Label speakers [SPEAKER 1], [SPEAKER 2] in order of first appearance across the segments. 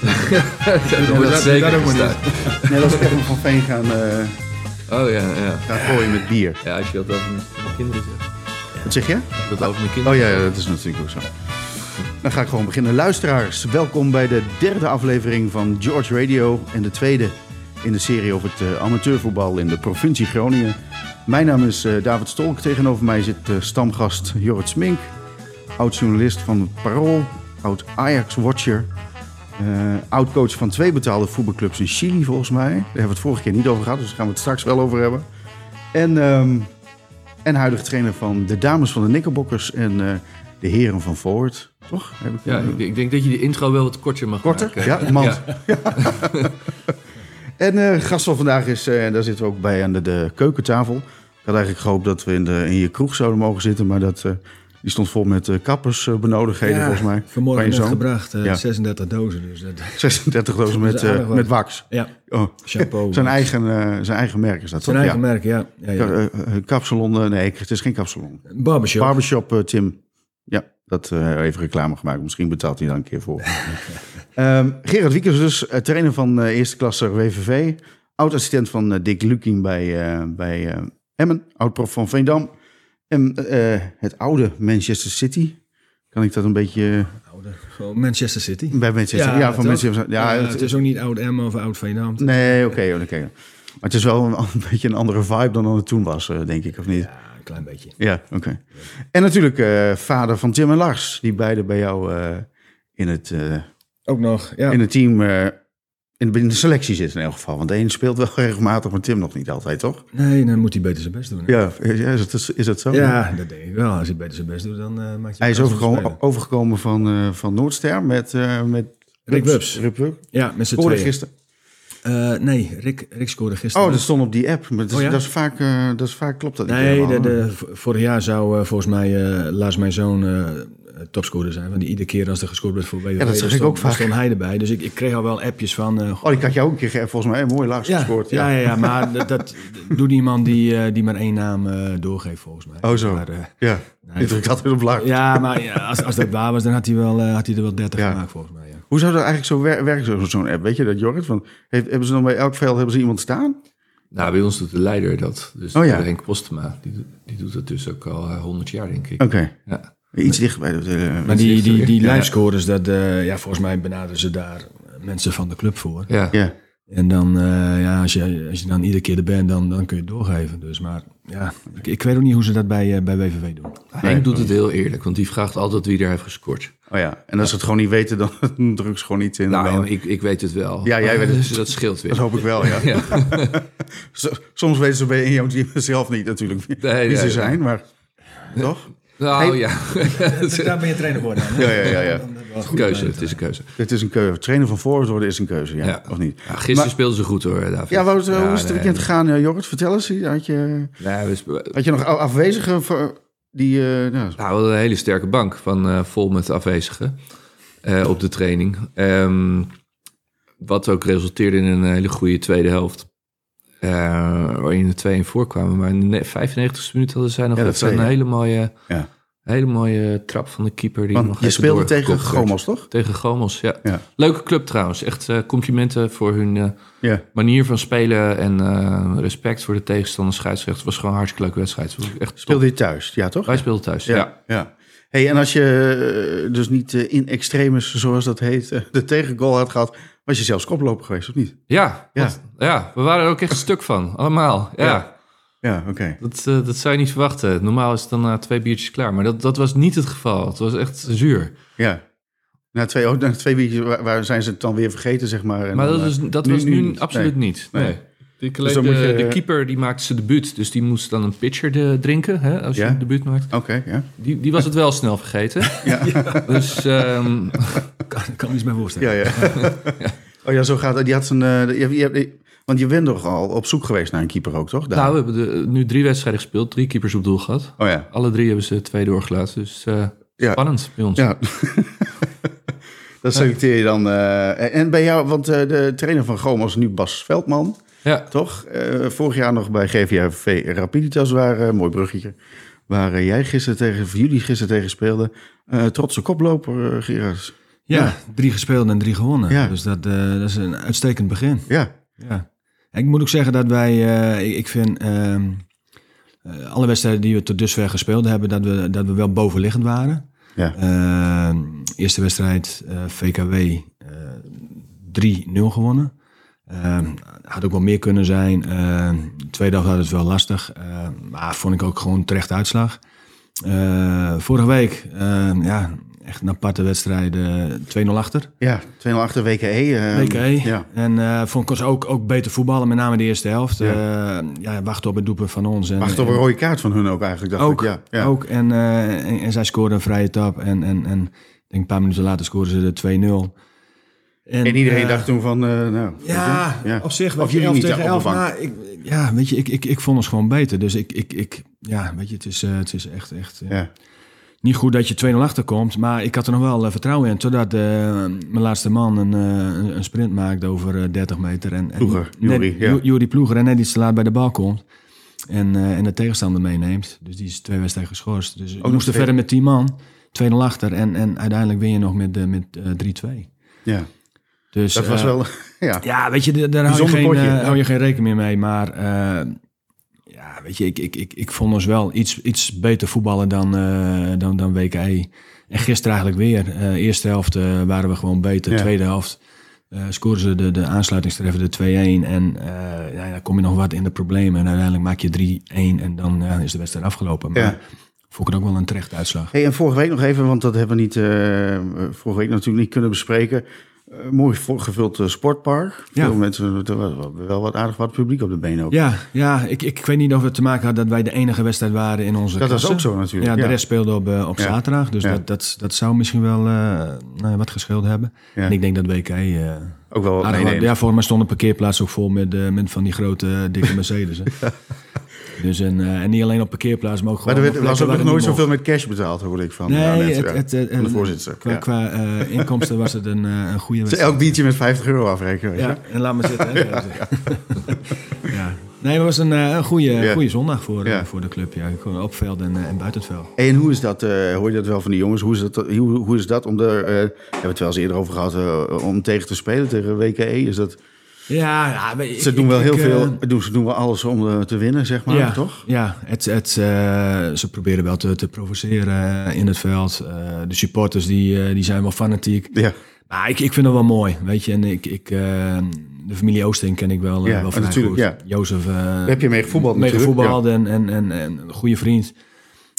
[SPEAKER 1] dat
[SPEAKER 2] dat
[SPEAKER 1] zeker
[SPEAKER 2] ook maar
[SPEAKER 1] gestaan.
[SPEAKER 2] niet. Nee, dat is ook echt nog van Veen gaan, eh,
[SPEAKER 1] Oh ja, ja.
[SPEAKER 2] gaan gooien met bier.
[SPEAKER 1] Ja, als je dat over mijn kinderen zegt.
[SPEAKER 2] Wat zeg je?
[SPEAKER 1] Dat over mijn
[SPEAKER 2] Oh
[SPEAKER 1] kinderen.
[SPEAKER 2] ja, ja, dat is natuurlijk ook zo. Dan ga ik gewoon beginnen. Luisteraars, welkom bij de derde aflevering van George Radio. En de tweede in de serie over het eh, amateurvoetbal in de provincie Groningen. Mijn naam is eh, David Stolk. Tegenover mij zit eh, stamgast Jorrit Smink. Oud-journalist van het Parool. Oud-Ajax-watcher. eh, Oud-coach van twee betaalde voetbalclubs in Chili, volgens mij. Daar hebben we het vorige keer niet over gehad, dus daar gaan we het straks wel over hebben. En... ehm, en huidig trainer van de dames van de Nikkerbokkers en eh, de heren van Forward. Toch? Heb ik,
[SPEAKER 1] Ja, ik, ik denk dat je de intro wel wat korter mag
[SPEAKER 2] Korter?
[SPEAKER 1] maken.
[SPEAKER 2] Ja, man. En eh, gast van vandaag is, eh, en daar zitten we ook bij aan de, de keukentafel. Ik had eigenlijk gehoopt dat we in, de, in je kroeg zouden mogen zitten, maar dat, eh, die stond vol met eh kappersbenodigdheden
[SPEAKER 3] Ja,
[SPEAKER 2] volgens mij.
[SPEAKER 3] Vanmorgen
[SPEAKER 2] Van je
[SPEAKER 3] net
[SPEAKER 2] zoon.
[SPEAKER 3] gebracht, eh,
[SPEAKER 2] Ja.
[SPEAKER 3] 36 dozen. Dus dat,
[SPEAKER 2] 36 dozen
[SPEAKER 3] Dat
[SPEAKER 2] met,
[SPEAKER 3] is aardig
[SPEAKER 2] eh,
[SPEAKER 3] wat.
[SPEAKER 2] met wax.
[SPEAKER 3] ja,
[SPEAKER 2] Oh.
[SPEAKER 3] chapeau.
[SPEAKER 2] Zijn, eigen, eh, zijn eigen merk is dat,
[SPEAKER 3] Zijn
[SPEAKER 2] toch?
[SPEAKER 3] eigen merk, ja. ja,
[SPEAKER 2] Ja.
[SPEAKER 3] ja.
[SPEAKER 2] Ka- eh, eh, kapsalon, eh, nee, het is geen kapsalon.
[SPEAKER 3] Barbershop.
[SPEAKER 2] Barbershop, eh, Tim. Ja, dat eh, even reclame gemaakt. Misschien betaalt hij daar een keer voor. Ehm, Gerard Wiekers dus, eh, trainer van eh, eerste klasse WVV. Oud-assistent van eh, Dick Lukien bij, eh, bij eh, Emmen. Oud-prof van Veendam. En eh, het oude Manchester City. Kan ik dat een beetje...
[SPEAKER 3] Oude, gewoon Manchester City.
[SPEAKER 2] Bij Manchester, ja, van
[SPEAKER 3] toch?
[SPEAKER 2] Manchester... Ja,
[SPEAKER 3] Eh,
[SPEAKER 2] het-
[SPEAKER 3] het is ook niet oud Emmen of oud Veenam.
[SPEAKER 2] nee, oké. oh, oké. Maar het is wel een, een beetje een andere vibe dan dat het toen was, eh, denk ik, of niet?
[SPEAKER 3] Ja, Ah, een klein beetje.
[SPEAKER 2] Ja, oké. En natuurlijk eh, vader van Tim en Lars, die beide bij jou eh, in, het, eh,
[SPEAKER 3] Ook nog, ja.
[SPEAKER 2] in het team, eh, in, in de selectie zitten in elk geval. Want de een speelt wel regelmatig, maar Tim nog niet altijd, toch?
[SPEAKER 3] Nee, dan moet hij beter zijn best doen. hè.
[SPEAKER 2] Ja, is dat, is dat zo?
[SPEAKER 3] Ja, dat denk ik wel. Als hij beter zijn best doet, dan eh, maakt hij
[SPEAKER 2] Hij is
[SPEAKER 3] kans om te
[SPEAKER 2] overgekomen,
[SPEAKER 3] spelen.
[SPEAKER 2] overgekomen van, eh, van Noordster met, eh met
[SPEAKER 3] Rick Wubs.
[SPEAKER 2] Rick Wubs.
[SPEAKER 3] Ja, met z'n
[SPEAKER 2] Scoorde
[SPEAKER 3] tweeën.
[SPEAKER 2] gisteren.
[SPEAKER 3] Eh, nee, Rick, Rick scoorde gisteren.
[SPEAKER 2] Oh, dat stond op die app. Maar dat, is-
[SPEAKER 3] Oh ja?
[SPEAKER 2] dat, is vaak, eh, dat is vaak klopt dat niet
[SPEAKER 3] Nee,
[SPEAKER 2] helemaal,
[SPEAKER 3] de,
[SPEAKER 2] hoor.
[SPEAKER 3] de- v- vorig jaar zou eh, volgens mij eh Lars mijn zoon eh, topscorer zijn. Want die, iedere keer als er gescoord werd voor BVV,
[SPEAKER 2] dat
[SPEAKER 3] dan
[SPEAKER 2] zeg ik
[SPEAKER 3] stond,
[SPEAKER 2] ook vaak.
[SPEAKER 3] stond hij erbij. Dus ik, ik kreeg al wel appjes van... eh,
[SPEAKER 2] Oh, ik had jou ook een keer, ge- volgens mij, een mooi Lars
[SPEAKER 3] ja,
[SPEAKER 2] gescoord.
[SPEAKER 3] ja. Ja, ja, maar dat, dat doet iemand die, eh, die maar één naam eh, doorgeeft volgens mij.
[SPEAKER 2] Oh, zo.
[SPEAKER 3] Maar, eh,
[SPEAKER 2] Ja,
[SPEAKER 3] Nee.
[SPEAKER 2] ik druk altijd op Lars.
[SPEAKER 3] ja, maar ja, als, als dat waar was, dan had hij, wel, eh, had hij er wel 30
[SPEAKER 2] Ja.
[SPEAKER 3] gemaakt volgens mij. Ja.
[SPEAKER 2] Hoe zou dat eigenlijk zo wer- werken, zo- zo'n app? Weet je dat, Jorrit? Want heeft, hebben ze dan bij elk veld hebben ze iemand staan?
[SPEAKER 1] Nou, bij ons doet de leider dat. Dus
[SPEAKER 2] Oh ja.
[SPEAKER 1] Henk Postma, die, doet- die doet dat dus ook al eh, 100 jaar, denk ik.
[SPEAKER 2] Oké,
[SPEAKER 1] Ja.
[SPEAKER 2] iets dichter bij de... eh,
[SPEAKER 3] Maar die, die, die
[SPEAKER 1] Ja.
[SPEAKER 3] live scorers, dat, eh, ja, volgens mij benaderen ze daar mensen van de club voor.
[SPEAKER 1] Ja.
[SPEAKER 2] ja.
[SPEAKER 3] En dan, eh, ja, als je, als je dan iedere keer er bent, dan, dan kun je het doorgeven. Dus, maar ja, ik, ik weet ook niet hoe ze dat bij, eh, bij WVV doen.
[SPEAKER 1] Henk doet het heel eerlijk, want die vraagt altijd wie er heeft gescoord.
[SPEAKER 2] Oh ja, en als ze het gewoon niet weten, dan druk ze gewoon niet in.
[SPEAKER 1] Nou,
[SPEAKER 2] Dan-
[SPEAKER 1] ja, ik, ik weet het wel.
[SPEAKER 2] Ja, jij weet het.
[SPEAKER 1] Dus dat scheelt
[SPEAKER 2] Dat
[SPEAKER 1] weer.
[SPEAKER 2] hoop ik wel, ja.
[SPEAKER 1] Ja.
[SPEAKER 2] S- Soms weten ze bij in jouw team zelf niet natuurlijk wie,
[SPEAKER 1] Nee,
[SPEAKER 2] wie ze
[SPEAKER 1] nee,
[SPEAKER 2] zijn, maar toch?
[SPEAKER 1] Nou
[SPEAKER 2] Hey.
[SPEAKER 1] ja,
[SPEAKER 3] Daar ben je trainer geworden.
[SPEAKER 2] Ja, ja, ja. ja.
[SPEAKER 1] keuze. Het is een keuze.
[SPEAKER 2] Het is een keuze. Trainen van voorhoofd worden is een keuze, ja.
[SPEAKER 1] Ja.
[SPEAKER 2] Of niet?
[SPEAKER 1] Ja, gisteren
[SPEAKER 2] Maar-
[SPEAKER 1] speelden ze goed hoor, David.
[SPEAKER 2] Ja, Wout, eh, hoe is het
[SPEAKER 1] nee,
[SPEAKER 2] weekend gegaan, eh, Jorrit? Vertel eens, had je,
[SPEAKER 1] nee, we spe-
[SPEAKER 2] had je nog ou- afwezigen voor die... eh, nou,
[SPEAKER 1] Nou, we hadden een hele sterke bank van eh, vol met afwezigen eh, op de training. Ehm, wat ook resulteerde in een hele goede tweede helft. Eh, waarin de 2 in voorkwamen. Maar in de 95ste minuut hadden zij nog
[SPEAKER 2] Ja, dat
[SPEAKER 1] even
[SPEAKER 2] zei
[SPEAKER 1] een
[SPEAKER 2] je.
[SPEAKER 1] hele mooie,
[SPEAKER 2] Ja.
[SPEAKER 1] hele mooie trap van de keeper. Die nog
[SPEAKER 2] want je
[SPEAKER 1] even
[SPEAKER 2] speelde tegen
[SPEAKER 1] doorgekopt werd.
[SPEAKER 2] Gomos, toch?
[SPEAKER 1] Tegen Gomos, ja.
[SPEAKER 2] Ja.
[SPEAKER 1] Leuke club trouwens. Echt eh, complimenten voor hun eh,
[SPEAKER 2] Ja.
[SPEAKER 1] manier van spelen. En eh, respect voor de tegenstander scheidsrechter. Het was gewoon een hartstikke leuke wedstrijd. Het was echt top.
[SPEAKER 2] Speelde je thuis, ja toch?
[SPEAKER 1] Wij speelden thuis, ja.
[SPEAKER 2] ja. Hey, en als je eh, dus niet eh, in extremis, zoals dat heet, eh, de tegengoal had gehad, was je zelfs koploper geweest, of niet?
[SPEAKER 1] Ja,
[SPEAKER 2] Ja.
[SPEAKER 1] want- ja, we waren er ook echt stuk van. Allemaal. Ja,
[SPEAKER 2] Ja. Ja, oké.
[SPEAKER 1] Dat, eh, dat zou je niet verwachten. Normaal is het dan na twee biertjes klaar. Maar dat, dat was niet het geval. Het was echt zuur.
[SPEAKER 2] Ja. Na twee, oh, na twee biertjes wa- waar zijn ze het dan weer vergeten, zeg maar. en
[SPEAKER 1] Maar
[SPEAKER 2] dan,
[SPEAKER 1] dat, is,
[SPEAKER 2] eh,
[SPEAKER 1] dat was nu, absoluut
[SPEAKER 2] Nee.
[SPEAKER 1] niet. Nee.
[SPEAKER 2] Nee. Dus
[SPEAKER 1] Die collega-
[SPEAKER 2] dan moet je-
[SPEAKER 1] de keeper die maakte zijn debuut. Dus die moest dan een pitcher de, drinken. Hè, als je
[SPEAKER 2] Ja.
[SPEAKER 1] een debuut maakt.
[SPEAKER 2] Oké, ja.
[SPEAKER 1] Die, die was het wel snel vergeten. Dus ehm,
[SPEAKER 3] kan, kan me iets bij voorstellen.
[SPEAKER 2] ja, ja. Oh ja, zo gaat het. Die had zijn... eh, je, je, je- want je bent toch al op zoek geweest naar een keeper ook, toch? Daar.
[SPEAKER 1] nou, we hebben de, nu drie wedstrijden gespeeld. Drie keepers op doel gehad.
[SPEAKER 2] oh ja.
[SPEAKER 1] Alle drie hebben ze twee doorgelaten. Dus eh,
[SPEAKER 2] Ja.
[SPEAKER 1] spannend bij ons.
[SPEAKER 2] Ja. dat selecteer je dan. eh, en bij jou, want eh, de trainer van Gomos is nu Bas Veldman.
[SPEAKER 1] Ja.
[SPEAKER 2] Toch? Eh, vorig jaar nog bij GVV Rapiditas waren, mooi bruggetje. Waar eh, jij gisteren tegen, of jullie gisteren tegen speelden. Eh, trotse koploper, eh, Gerard.
[SPEAKER 3] Ja,
[SPEAKER 2] Ja.
[SPEAKER 3] drie gespeeld en drie gewonnen.
[SPEAKER 2] Ja.
[SPEAKER 3] Dus dat, eh, dat is een uitstekend begin.
[SPEAKER 2] Ja,
[SPEAKER 3] Ja. En ik moet ook zeggen dat wij, eh, ik, ik vind, ehm, eh, alle wedstrijden die we tot dusver gespeeld hebben, dat we, dat we wel bovenliggend waren.
[SPEAKER 2] ja.
[SPEAKER 3] Ehm, eerste wedstrijd, eh, VKW, eh 3-0 gewonnen. Ehm, had ook wel meer kunnen zijn. Ehm, tweede helft had het wel lastig. Ehm, maar vond ik ook gewoon terecht uitslag. Eh, vorige week, ehm, ja, echt een aparte wedstrijd. eh, 2-0 achter.
[SPEAKER 2] ja. 2-0 achter WKE. eh,
[SPEAKER 3] WKE.
[SPEAKER 2] Ja.
[SPEAKER 3] En eh, vond ik ons ook, ook beter voetballen, met name de eerste helft.
[SPEAKER 2] Ja.
[SPEAKER 3] Ja. ja, wachten op het doelpunt van ons. En,
[SPEAKER 2] Wacht op een
[SPEAKER 3] en-
[SPEAKER 2] rode kaart van hun ook eigenlijk, dacht
[SPEAKER 3] ook,
[SPEAKER 2] ik. Ja, ja.
[SPEAKER 3] ook. En, eh, en, en zij scoorden een vrije tap. En, en, en ik denk een paar minuten later scoorden ze de 2-0.
[SPEAKER 2] En iedereen
[SPEAKER 3] eh,
[SPEAKER 2] dacht toen van, eh, nou... weet
[SPEAKER 3] Ja,
[SPEAKER 2] je, ja.
[SPEAKER 3] op zich. weet
[SPEAKER 2] Of
[SPEAKER 3] je,
[SPEAKER 2] jullie
[SPEAKER 3] 11
[SPEAKER 2] niet
[SPEAKER 3] tegen
[SPEAKER 2] tegen
[SPEAKER 3] 11.
[SPEAKER 2] opgevangen.
[SPEAKER 3] Maar ik, ja, weet je, ik, ik, ik vond ons gewoon beter. Dus ik, ik, ik ja, weet je, het is, eh, het is echt, echt eh,
[SPEAKER 2] Ja.
[SPEAKER 3] niet goed dat je 2-0 achterkomt. Maar ik had er nog wel eh, vertrouwen in. Totdat eh, mijn laatste man een, eh, een- een sprint maakte over eh, 30 meter. En, en
[SPEAKER 2] Ploeger,
[SPEAKER 3] net-
[SPEAKER 2] Joeri, ja.
[SPEAKER 3] Jo- Joeri Ploeger en net iets te laat bij de bal komt. En, eh, en de tegenstander meeneemt. Dus die is twee wedstrijden geschorst. Dus we
[SPEAKER 2] nog
[SPEAKER 3] moesten
[SPEAKER 2] twee.
[SPEAKER 3] verder met 10 man. 2-0 achter. En, en uiteindelijk win je nog met, eh, met eh, 3-2.
[SPEAKER 2] ja,
[SPEAKER 3] Dus,
[SPEAKER 2] dat was
[SPEAKER 3] eh,
[SPEAKER 2] wel... Ja,
[SPEAKER 3] ja, weet je, daar- daar hou je,
[SPEAKER 2] Bijzonder
[SPEAKER 3] geen,
[SPEAKER 2] potje,
[SPEAKER 3] eh,
[SPEAKER 2] ja.
[SPEAKER 3] hou je geen rekening meer mee. Maar eh, ja, weet je, ik, ik, ik, ik vond ons wel iets, iets beter voetballen dan, eh dan, dan WKE. En gisteren eigenlijk weer. Eh, eerste helft eh, waren we gewoon beter.
[SPEAKER 2] Ja.
[SPEAKER 3] Tweede helft eh scoren ze de, de aansluitingstreffer, de 2-1. En eh, ja, dan kom je nog wat in de problemen. En uiteindelijk maak je 3-1 en dan ja, is de wedstrijd afgelopen. Maar
[SPEAKER 2] Ja.
[SPEAKER 3] vond ik het ook wel een terechte uitslag.
[SPEAKER 2] Hey, en vorige week nog even, want dat hebben we niet, eh, eh, vorige week natuurlijk niet kunnen bespreken. Eh, mooi volgevuld eh, sportpark.
[SPEAKER 3] Ja.
[SPEAKER 2] Veel mensen, er was wel- wel wat aardig wat publiek op de benen ook.
[SPEAKER 3] Ja, ja ik, ik, ik weet niet of het te maken had dat wij de enige wedstrijd waren in onze
[SPEAKER 2] dat was
[SPEAKER 3] klasse.
[SPEAKER 2] ook zo natuurlijk.
[SPEAKER 3] Ja, de rest speelde op, eh, op
[SPEAKER 2] Ja.
[SPEAKER 3] zaterdag. Dus
[SPEAKER 2] Ja.
[SPEAKER 3] dat, dat, dat zou misschien wel eh, nou ja, wat gescheeld hebben.
[SPEAKER 2] Ja. Oh,
[SPEAKER 3] En ik denk dat WK... eh
[SPEAKER 2] Ook wel wat
[SPEAKER 3] aardig wat-
[SPEAKER 2] meenemen.
[SPEAKER 3] ja, voor mij stond een parkeerplaats ook vol met, eh, met van die grote eh, dikke Mercedes. hè. Dus en, eh, en niet alleen op parkeerplaats, maar ook
[SPEAKER 2] Maar
[SPEAKER 3] gewoon...
[SPEAKER 2] er
[SPEAKER 3] op
[SPEAKER 2] werd- was
[SPEAKER 3] plekken
[SPEAKER 2] ook nog nooit
[SPEAKER 3] waar het niet
[SPEAKER 2] zoveel met cash betaald, hoorde ik van,
[SPEAKER 3] mocht.
[SPEAKER 2] eh, net,
[SPEAKER 3] Nee,
[SPEAKER 2] ja,
[SPEAKER 3] het, het, het-
[SPEAKER 2] van de
[SPEAKER 3] eh,
[SPEAKER 2] voorzitter.
[SPEAKER 3] Qua,
[SPEAKER 2] ja.
[SPEAKER 3] qua eh, inkomsten was het een, eh, een goede
[SPEAKER 2] Dus
[SPEAKER 3] wedstrijd.
[SPEAKER 2] elk biertje met 50 euro afrekenen. weet je.
[SPEAKER 3] Ja, en laat maar zitten. Hè. ja. Nee, maar het was een, eh, een goede,
[SPEAKER 2] Ja.
[SPEAKER 3] goede zondag voor, eh,
[SPEAKER 2] Ja.
[SPEAKER 3] voor de club. Ja. Gewoon op het veld en, eh, en buiten het veld.
[SPEAKER 2] Hey, En hoe is dat, eh, hoor je dat wel van die jongens? Hoe is dat, hoe, hoe is dat om er, eh, we hebben het wel eens eerder over gehad, eh, om tegen te spelen tegen WKE? Is dat,
[SPEAKER 3] Ja, ja maar ik-
[SPEAKER 2] ze doen wel
[SPEAKER 3] ik-
[SPEAKER 2] heel
[SPEAKER 3] ik, eh,
[SPEAKER 2] veel, doen, ze doen wel alles om eh, te winnen, zeg maar,
[SPEAKER 3] ja,
[SPEAKER 2] toch?
[SPEAKER 3] Ja, het, het, eh, ze proberen wel te, te provoceren eh, in het veld. Eh, de supporters die, eh, die zijn wel fanatiek.
[SPEAKER 2] Ja,
[SPEAKER 3] Maar ik, ik vind het wel mooi, weet je. En ik, ik, eh, de familie Oosting ken ik wel, eh,
[SPEAKER 2] Ja,
[SPEAKER 3] wel vrij
[SPEAKER 2] natuurlijk,
[SPEAKER 3] goed.
[SPEAKER 2] ja.
[SPEAKER 3] Jozef eh,
[SPEAKER 2] heb je mee gevoetbald
[SPEAKER 3] mee
[SPEAKER 2] natuurlijk,
[SPEAKER 3] gevoetbald en, en, en, en een goede vriend.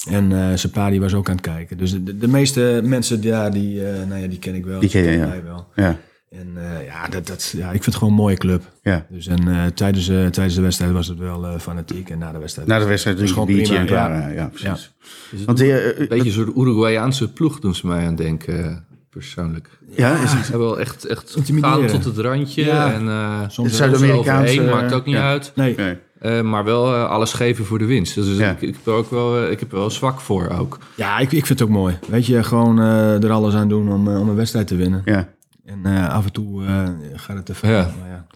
[SPEAKER 3] En eh zijn pa die was ook aan het kijken. Dus de, de meeste mensen ja, die, eh, nou ja, die ken ik wel.
[SPEAKER 2] Die ken je,
[SPEAKER 3] kennen
[SPEAKER 2] ja.
[SPEAKER 3] mij wel.
[SPEAKER 2] ja,
[SPEAKER 3] En eh, ja, dat, dat, ja, ik vind het gewoon een mooie club.
[SPEAKER 2] ja.
[SPEAKER 3] Dus en, eh, tijdens, eh, tijdens de wedstrijd was het wel eh, fanatiek. En na de wedstrijd
[SPEAKER 2] Na de wedstrijd
[SPEAKER 3] Dat
[SPEAKER 2] drink
[SPEAKER 3] is
[SPEAKER 2] je een
[SPEAKER 3] gewoon
[SPEAKER 2] biertje en
[SPEAKER 3] prima,
[SPEAKER 2] klaar.
[SPEAKER 3] ja.
[SPEAKER 2] Ja, ja precies.
[SPEAKER 1] het
[SPEAKER 2] Want, eh, eh,
[SPEAKER 1] Een beetje een soort Uruguayaanse ploeg doen ze mij aan denken, eh, persoonlijk.
[SPEAKER 2] ja, is het,
[SPEAKER 1] Ze hebben wel echt, echt
[SPEAKER 3] Intimideren.
[SPEAKER 1] gaan tot het randje.
[SPEAKER 3] Ja.
[SPEAKER 1] En, eh,
[SPEAKER 3] Soms
[SPEAKER 1] ze
[SPEAKER 2] Zuid-Amerikaanse,
[SPEAKER 1] overheen, maakt ook niet
[SPEAKER 2] ja.
[SPEAKER 1] uit.
[SPEAKER 3] Nee,
[SPEAKER 2] nee.
[SPEAKER 1] Eh, maar wel eh, alles geven voor de winst. Dus
[SPEAKER 2] Ja.
[SPEAKER 1] ik, ik, ben ook wel, eh, ik heb er wel zwak voor ook.
[SPEAKER 3] ja, ik, ik vind het ook mooi. Weet je, gewoon eh, er alles aan doen om, eh, om een wedstrijd te winnen.
[SPEAKER 2] Ja,
[SPEAKER 3] En eh, af en toe eh, gaat het te ver.
[SPEAKER 1] Ja.
[SPEAKER 3] Maar ja, dat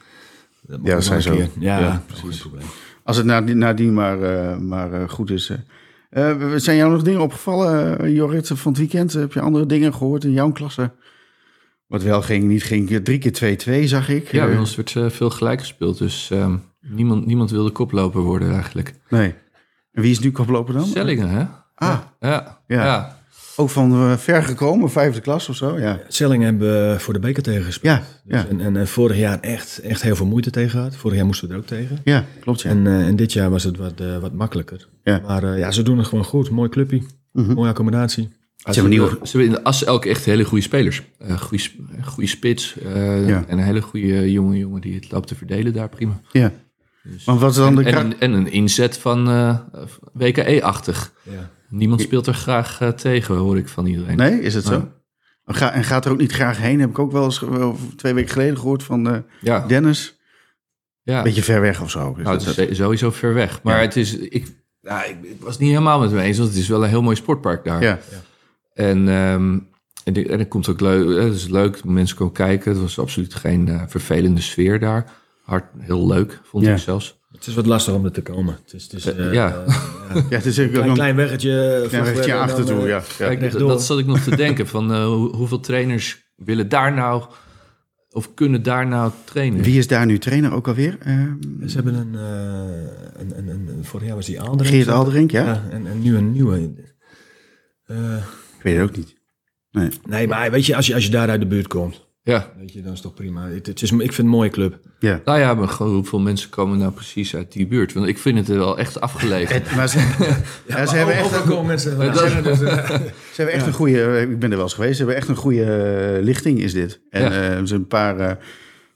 [SPEAKER 2] Ja, dat
[SPEAKER 3] ook wel
[SPEAKER 2] zijn
[SPEAKER 3] een
[SPEAKER 2] zo.
[SPEAKER 3] keer. Ja,
[SPEAKER 1] Ja,
[SPEAKER 3] dat is geen probleem.
[SPEAKER 2] als het nadien, nadien maar, eh, maar eh, goed is. eh. Eh, zijn jou nog dingen opgevallen, eh, Jorrit, van het weekend? Heb je andere dingen gehoord in jouw klasse? Wat wel ging, niet ging. Drie keer 2-2 zag ik.
[SPEAKER 1] Ja,
[SPEAKER 2] Eh,
[SPEAKER 1] bij ons werd eh, veel gelijk gespeeld. Dus ehm, niemand, niemand wilde koploper worden eigenlijk.
[SPEAKER 2] Nee. En wie is nu koploper dan?
[SPEAKER 1] Sellingen, hè?
[SPEAKER 2] Ah,
[SPEAKER 1] Ja.
[SPEAKER 2] Ja.
[SPEAKER 1] ja.
[SPEAKER 2] ook van eh, ver gekomen, vijfde klas of zo. Ja,
[SPEAKER 3] Sellingen hebben we voor de beker tegen gespeeld.
[SPEAKER 2] ja,
[SPEAKER 3] Dus
[SPEAKER 2] ja,
[SPEAKER 3] En, en eh, vorig jaar echt, echt heel veel moeite tegen gehad. Vorig jaar moesten we er ook tegen.
[SPEAKER 2] ja klopt. Ja.
[SPEAKER 3] En, eh, en dit jaar was het wat, eh, wat makkelijker.
[SPEAKER 2] Ja. Hm.
[SPEAKER 3] Maar eh, ja, ze doen het gewoon goed. Mooi clubje,
[SPEAKER 2] Mhm.
[SPEAKER 3] mooie accommodatie.
[SPEAKER 1] Ah,
[SPEAKER 2] hebben
[SPEAKER 1] ze,
[SPEAKER 2] nieuwe-
[SPEAKER 1] hebben, ze hebben in de as elk echt hele goede spelers. Eh goede, sp- goede spits. eh,
[SPEAKER 2] Ja.
[SPEAKER 1] En een hele goede jonge jongen die het loopt te verdelen daar prima.
[SPEAKER 2] ja. Maar wat is dan de
[SPEAKER 1] En,
[SPEAKER 2] kracht?
[SPEAKER 1] een- en een inzet van eh, WKE-achtig.
[SPEAKER 3] Ja.
[SPEAKER 1] Niemand speelt er graag eh, tegen, hoor ik van iedereen.
[SPEAKER 2] Nee, is het zo? Ga- En gaat er ook niet graag heen? Heb ik ook wel eens ge- wel twee weken geleden gehoord van eh,
[SPEAKER 1] Ja,
[SPEAKER 2] Dennis.
[SPEAKER 1] ja.
[SPEAKER 2] Beetje ver weg of zo. Dus
[SPEAKER 1] Nou,
[SPEAKER 2] dat-
[SPEAKER 1] het is sowieso ver weg. Maar
[SPEAKER 2] Ja.
[SPEAKER 1] het is, ik, ja, ik, ik was het niet helemaal met me eens, want het is wel een heel mooi sportpark daar.
[SPEAKER 2] ja.
[SPEAKER 1] En, ehm en, die- en het komt ook leuk. eh, Het is leuk, mensen komen kijken. Het was absoluut geen eh, vervelende sfeer daar. Hard, heel leuk, vond
[SPEAKER 2] Ja.
[SPEAKER 1] ik zelfs.
[SPEAKER 3] Het is wat lastig om er te komen. Het is, het is,
[SPEAKER 1] Eh,
[SPEAKER 3] eh,
[SPEAKER 1] ja.
[SPEAKER 3] eh,
[SPEAKER 2] ja, het is ook
[SPEAKER 3] klein,
[SPEAKER 2] een
[SPEAKER 3] klein weggetje.
[SPEAKER 2] klein
[SPEAKER 3] vlak
[SPEAKER 2] rechtje
[SPEAKER 3] verder dan,
[SPEAKER 2] achter toe. Ja,
[SPEAKER 3] eh,
[SPEAKER 2] ja.
[SPEAKER 1] Kijk, dat,
[SPEAKER 3] Rechtdoor.
[SPEAKER 1] dat zat ik nog te denken. Van, eh, hoe- hoeveel trainers willen daar nou of kunnen daar nou trainen.
[SPEAKER 2] Wie is daar nu trainer ook alweer? Ehm
[SPEAKER 3] Ze hebben een, eh, een, een, een, een- Vorig jaar was die Aalderink.
[SPEAKER 2] Geert Alderink, ja?
[SPEAKER 3] Ja, en, en nu een nieuwe. Eh,
[SPEAKER 2] Ik weet het ook niet. Nee.
[SPEAKER 3] nee, maar weet je als, je, als je daar uit de buurt komt,
[SPEAKER 1] Ja.
[SPEAKER 3] weet je, dan is het toch prima. Het, het is, ik vind het een mooie club.
[SPEAKER 2] Ja.
[SPEAKER 1] Nou ja, maar gewoon hoeveel mensen komen nou precies uit die buurt? Want ik vind het wel echt afgelegen.
[SPEAKER 2] Het- maar ze, ja, ze hebben echt, een-
[SPEAKER 3] komen mensen. dus,
[SPEAKER 1] Maar dat-
[SPEAKER 3] eh,
[SPEAKER 2] ze hebben echt een goede, eh, ik ben er wel eens geweest, ze hebben echt een goede eh, lichting is dit. En
[SPEAKER 1] Ja.
[SPEAKER 2] eh, ze hebben een paar, eh,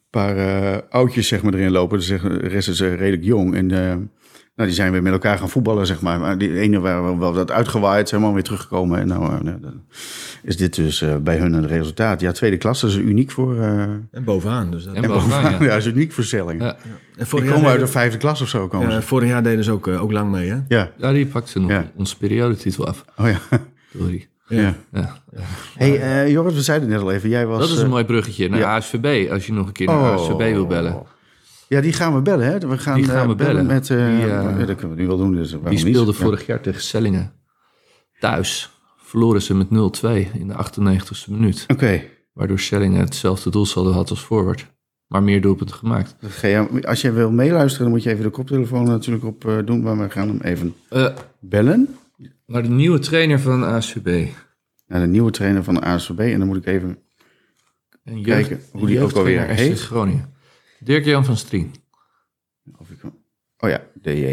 [SPEAKER 2] paar eh, oudjes zeg maar, erin lopen, Dus zeg- de rest is eh, redelijk jong. En eh, nou, die zijn weer met elkaar gaan voetballen, zeg maar. Maar die ene waren wel, wel wat uitgewaaid, zijn allemaal weer teruggekomen. En nou eh, nou, dan is dit dus eh, bij hun een resultaat. Ja, tweede klasse is uniek voor... eh,
[SPEAKER 3] En bovenaan. Dus dat,
[SPEAKER 1] En
[SPEAKER 2] en
[SPEAKER 1] bovenaan,
[SPEAKER 2] bovenaan,
[SPEAKER 1] ja.
[SPEAKER 2] ja, is uniek voor Stelling.
[SPEAKER 1] Ja.
[SPEAKER 3] en
[SPEAKER 2] Die
[SPEAKER 3] vorig jaar
[SPEAKER 2] komen uit de
[SPEAKER 3] deden-
[SPEAKER 2] vijfde klas of zo, komen
[SPEAKER 3] eh,
[SPEAKER 2] ze.
[SPEAKER 3] vorig jaar deden ze ook, eh, ook lang mee, hè?
[SPEAKER 2] Ja,
[SPEAKER 1] Ja, die pakt ze nog
[SPEAKER 2] Ja.
[SPEAKER 1] onze periodetitel af.
[SPEAKER 2] oh ja.
[SPEAKER 1] Sorry.
[SPEAKER 2] ja.
[SPEAKER 1] Ja.
[SPEAKER 2] Hey, eh, Joris, we zeiden het net al even. Jij was.
[SPEAKER 1] Dat is een
[SPEAKER 2] eh,
[SPEAKER 1] mooi bruggetje naar
[SPEAKER 2] ja. Oh.
[SPEAKER 1] ASVB. Als je nog een keer naar ASVB wil bellen.
[SPEAKER 2] Ja, die gaan we bellen, hè? We gaan,
[SPEAKER 1] Die gaan
[SPEAKER 2] eh,
[SPEAKER 1] we
[SPEAKER 2] bellen.
[SPEAKER 1] bellen.
[SPEAKER 2] met. eh,
[SPEAKER 1] Die, eh,
[SPEAKER 2] ja, dat kunnen we nu wel doen. Dus waarom
[SPEAKER 1] Die
[SPEAKER 2] niet?
[SPEAKER 1] speelde
[SPEAKER 2] Ja.
[SPEAKER 1] vorig jaar tegen Sellingen. Thuis verloren ze met 0-2 in de 98e minuut.
[SPEAKER 2] Oké,
[SPEAKER 1] Waardoor Sellingen hetzelfde doelsaldo had als voorwaarts. Maar meer doelpunten gemaakt.
[SPEAKER 2] dat ga je- als je wil meeluisteren, dan moet je even de koptelefoon natuurlijk op eh, doen. Maar we gaan hem even
[SPEAKER 1] Eh,
[SPEAKER 2] bellen.
[SPEAKER 1] maar de nieuwe trainer van ASVB.
[SPEAKER 2] Naar de nieuwe trainer van de ASVB. En dan moet ik even.
[SPEAKER 1] En
[SPEAKER 2] Kijken hoe die ook
[SPEAKER 1] jeugdtrainer
[SPEAKER 2] alweer heet.
[SPEAKER 1] FC Groningen. Dirk-Jan van Strien.
[SPEAKER 2] Of ik, oh ja, DJ. Nou,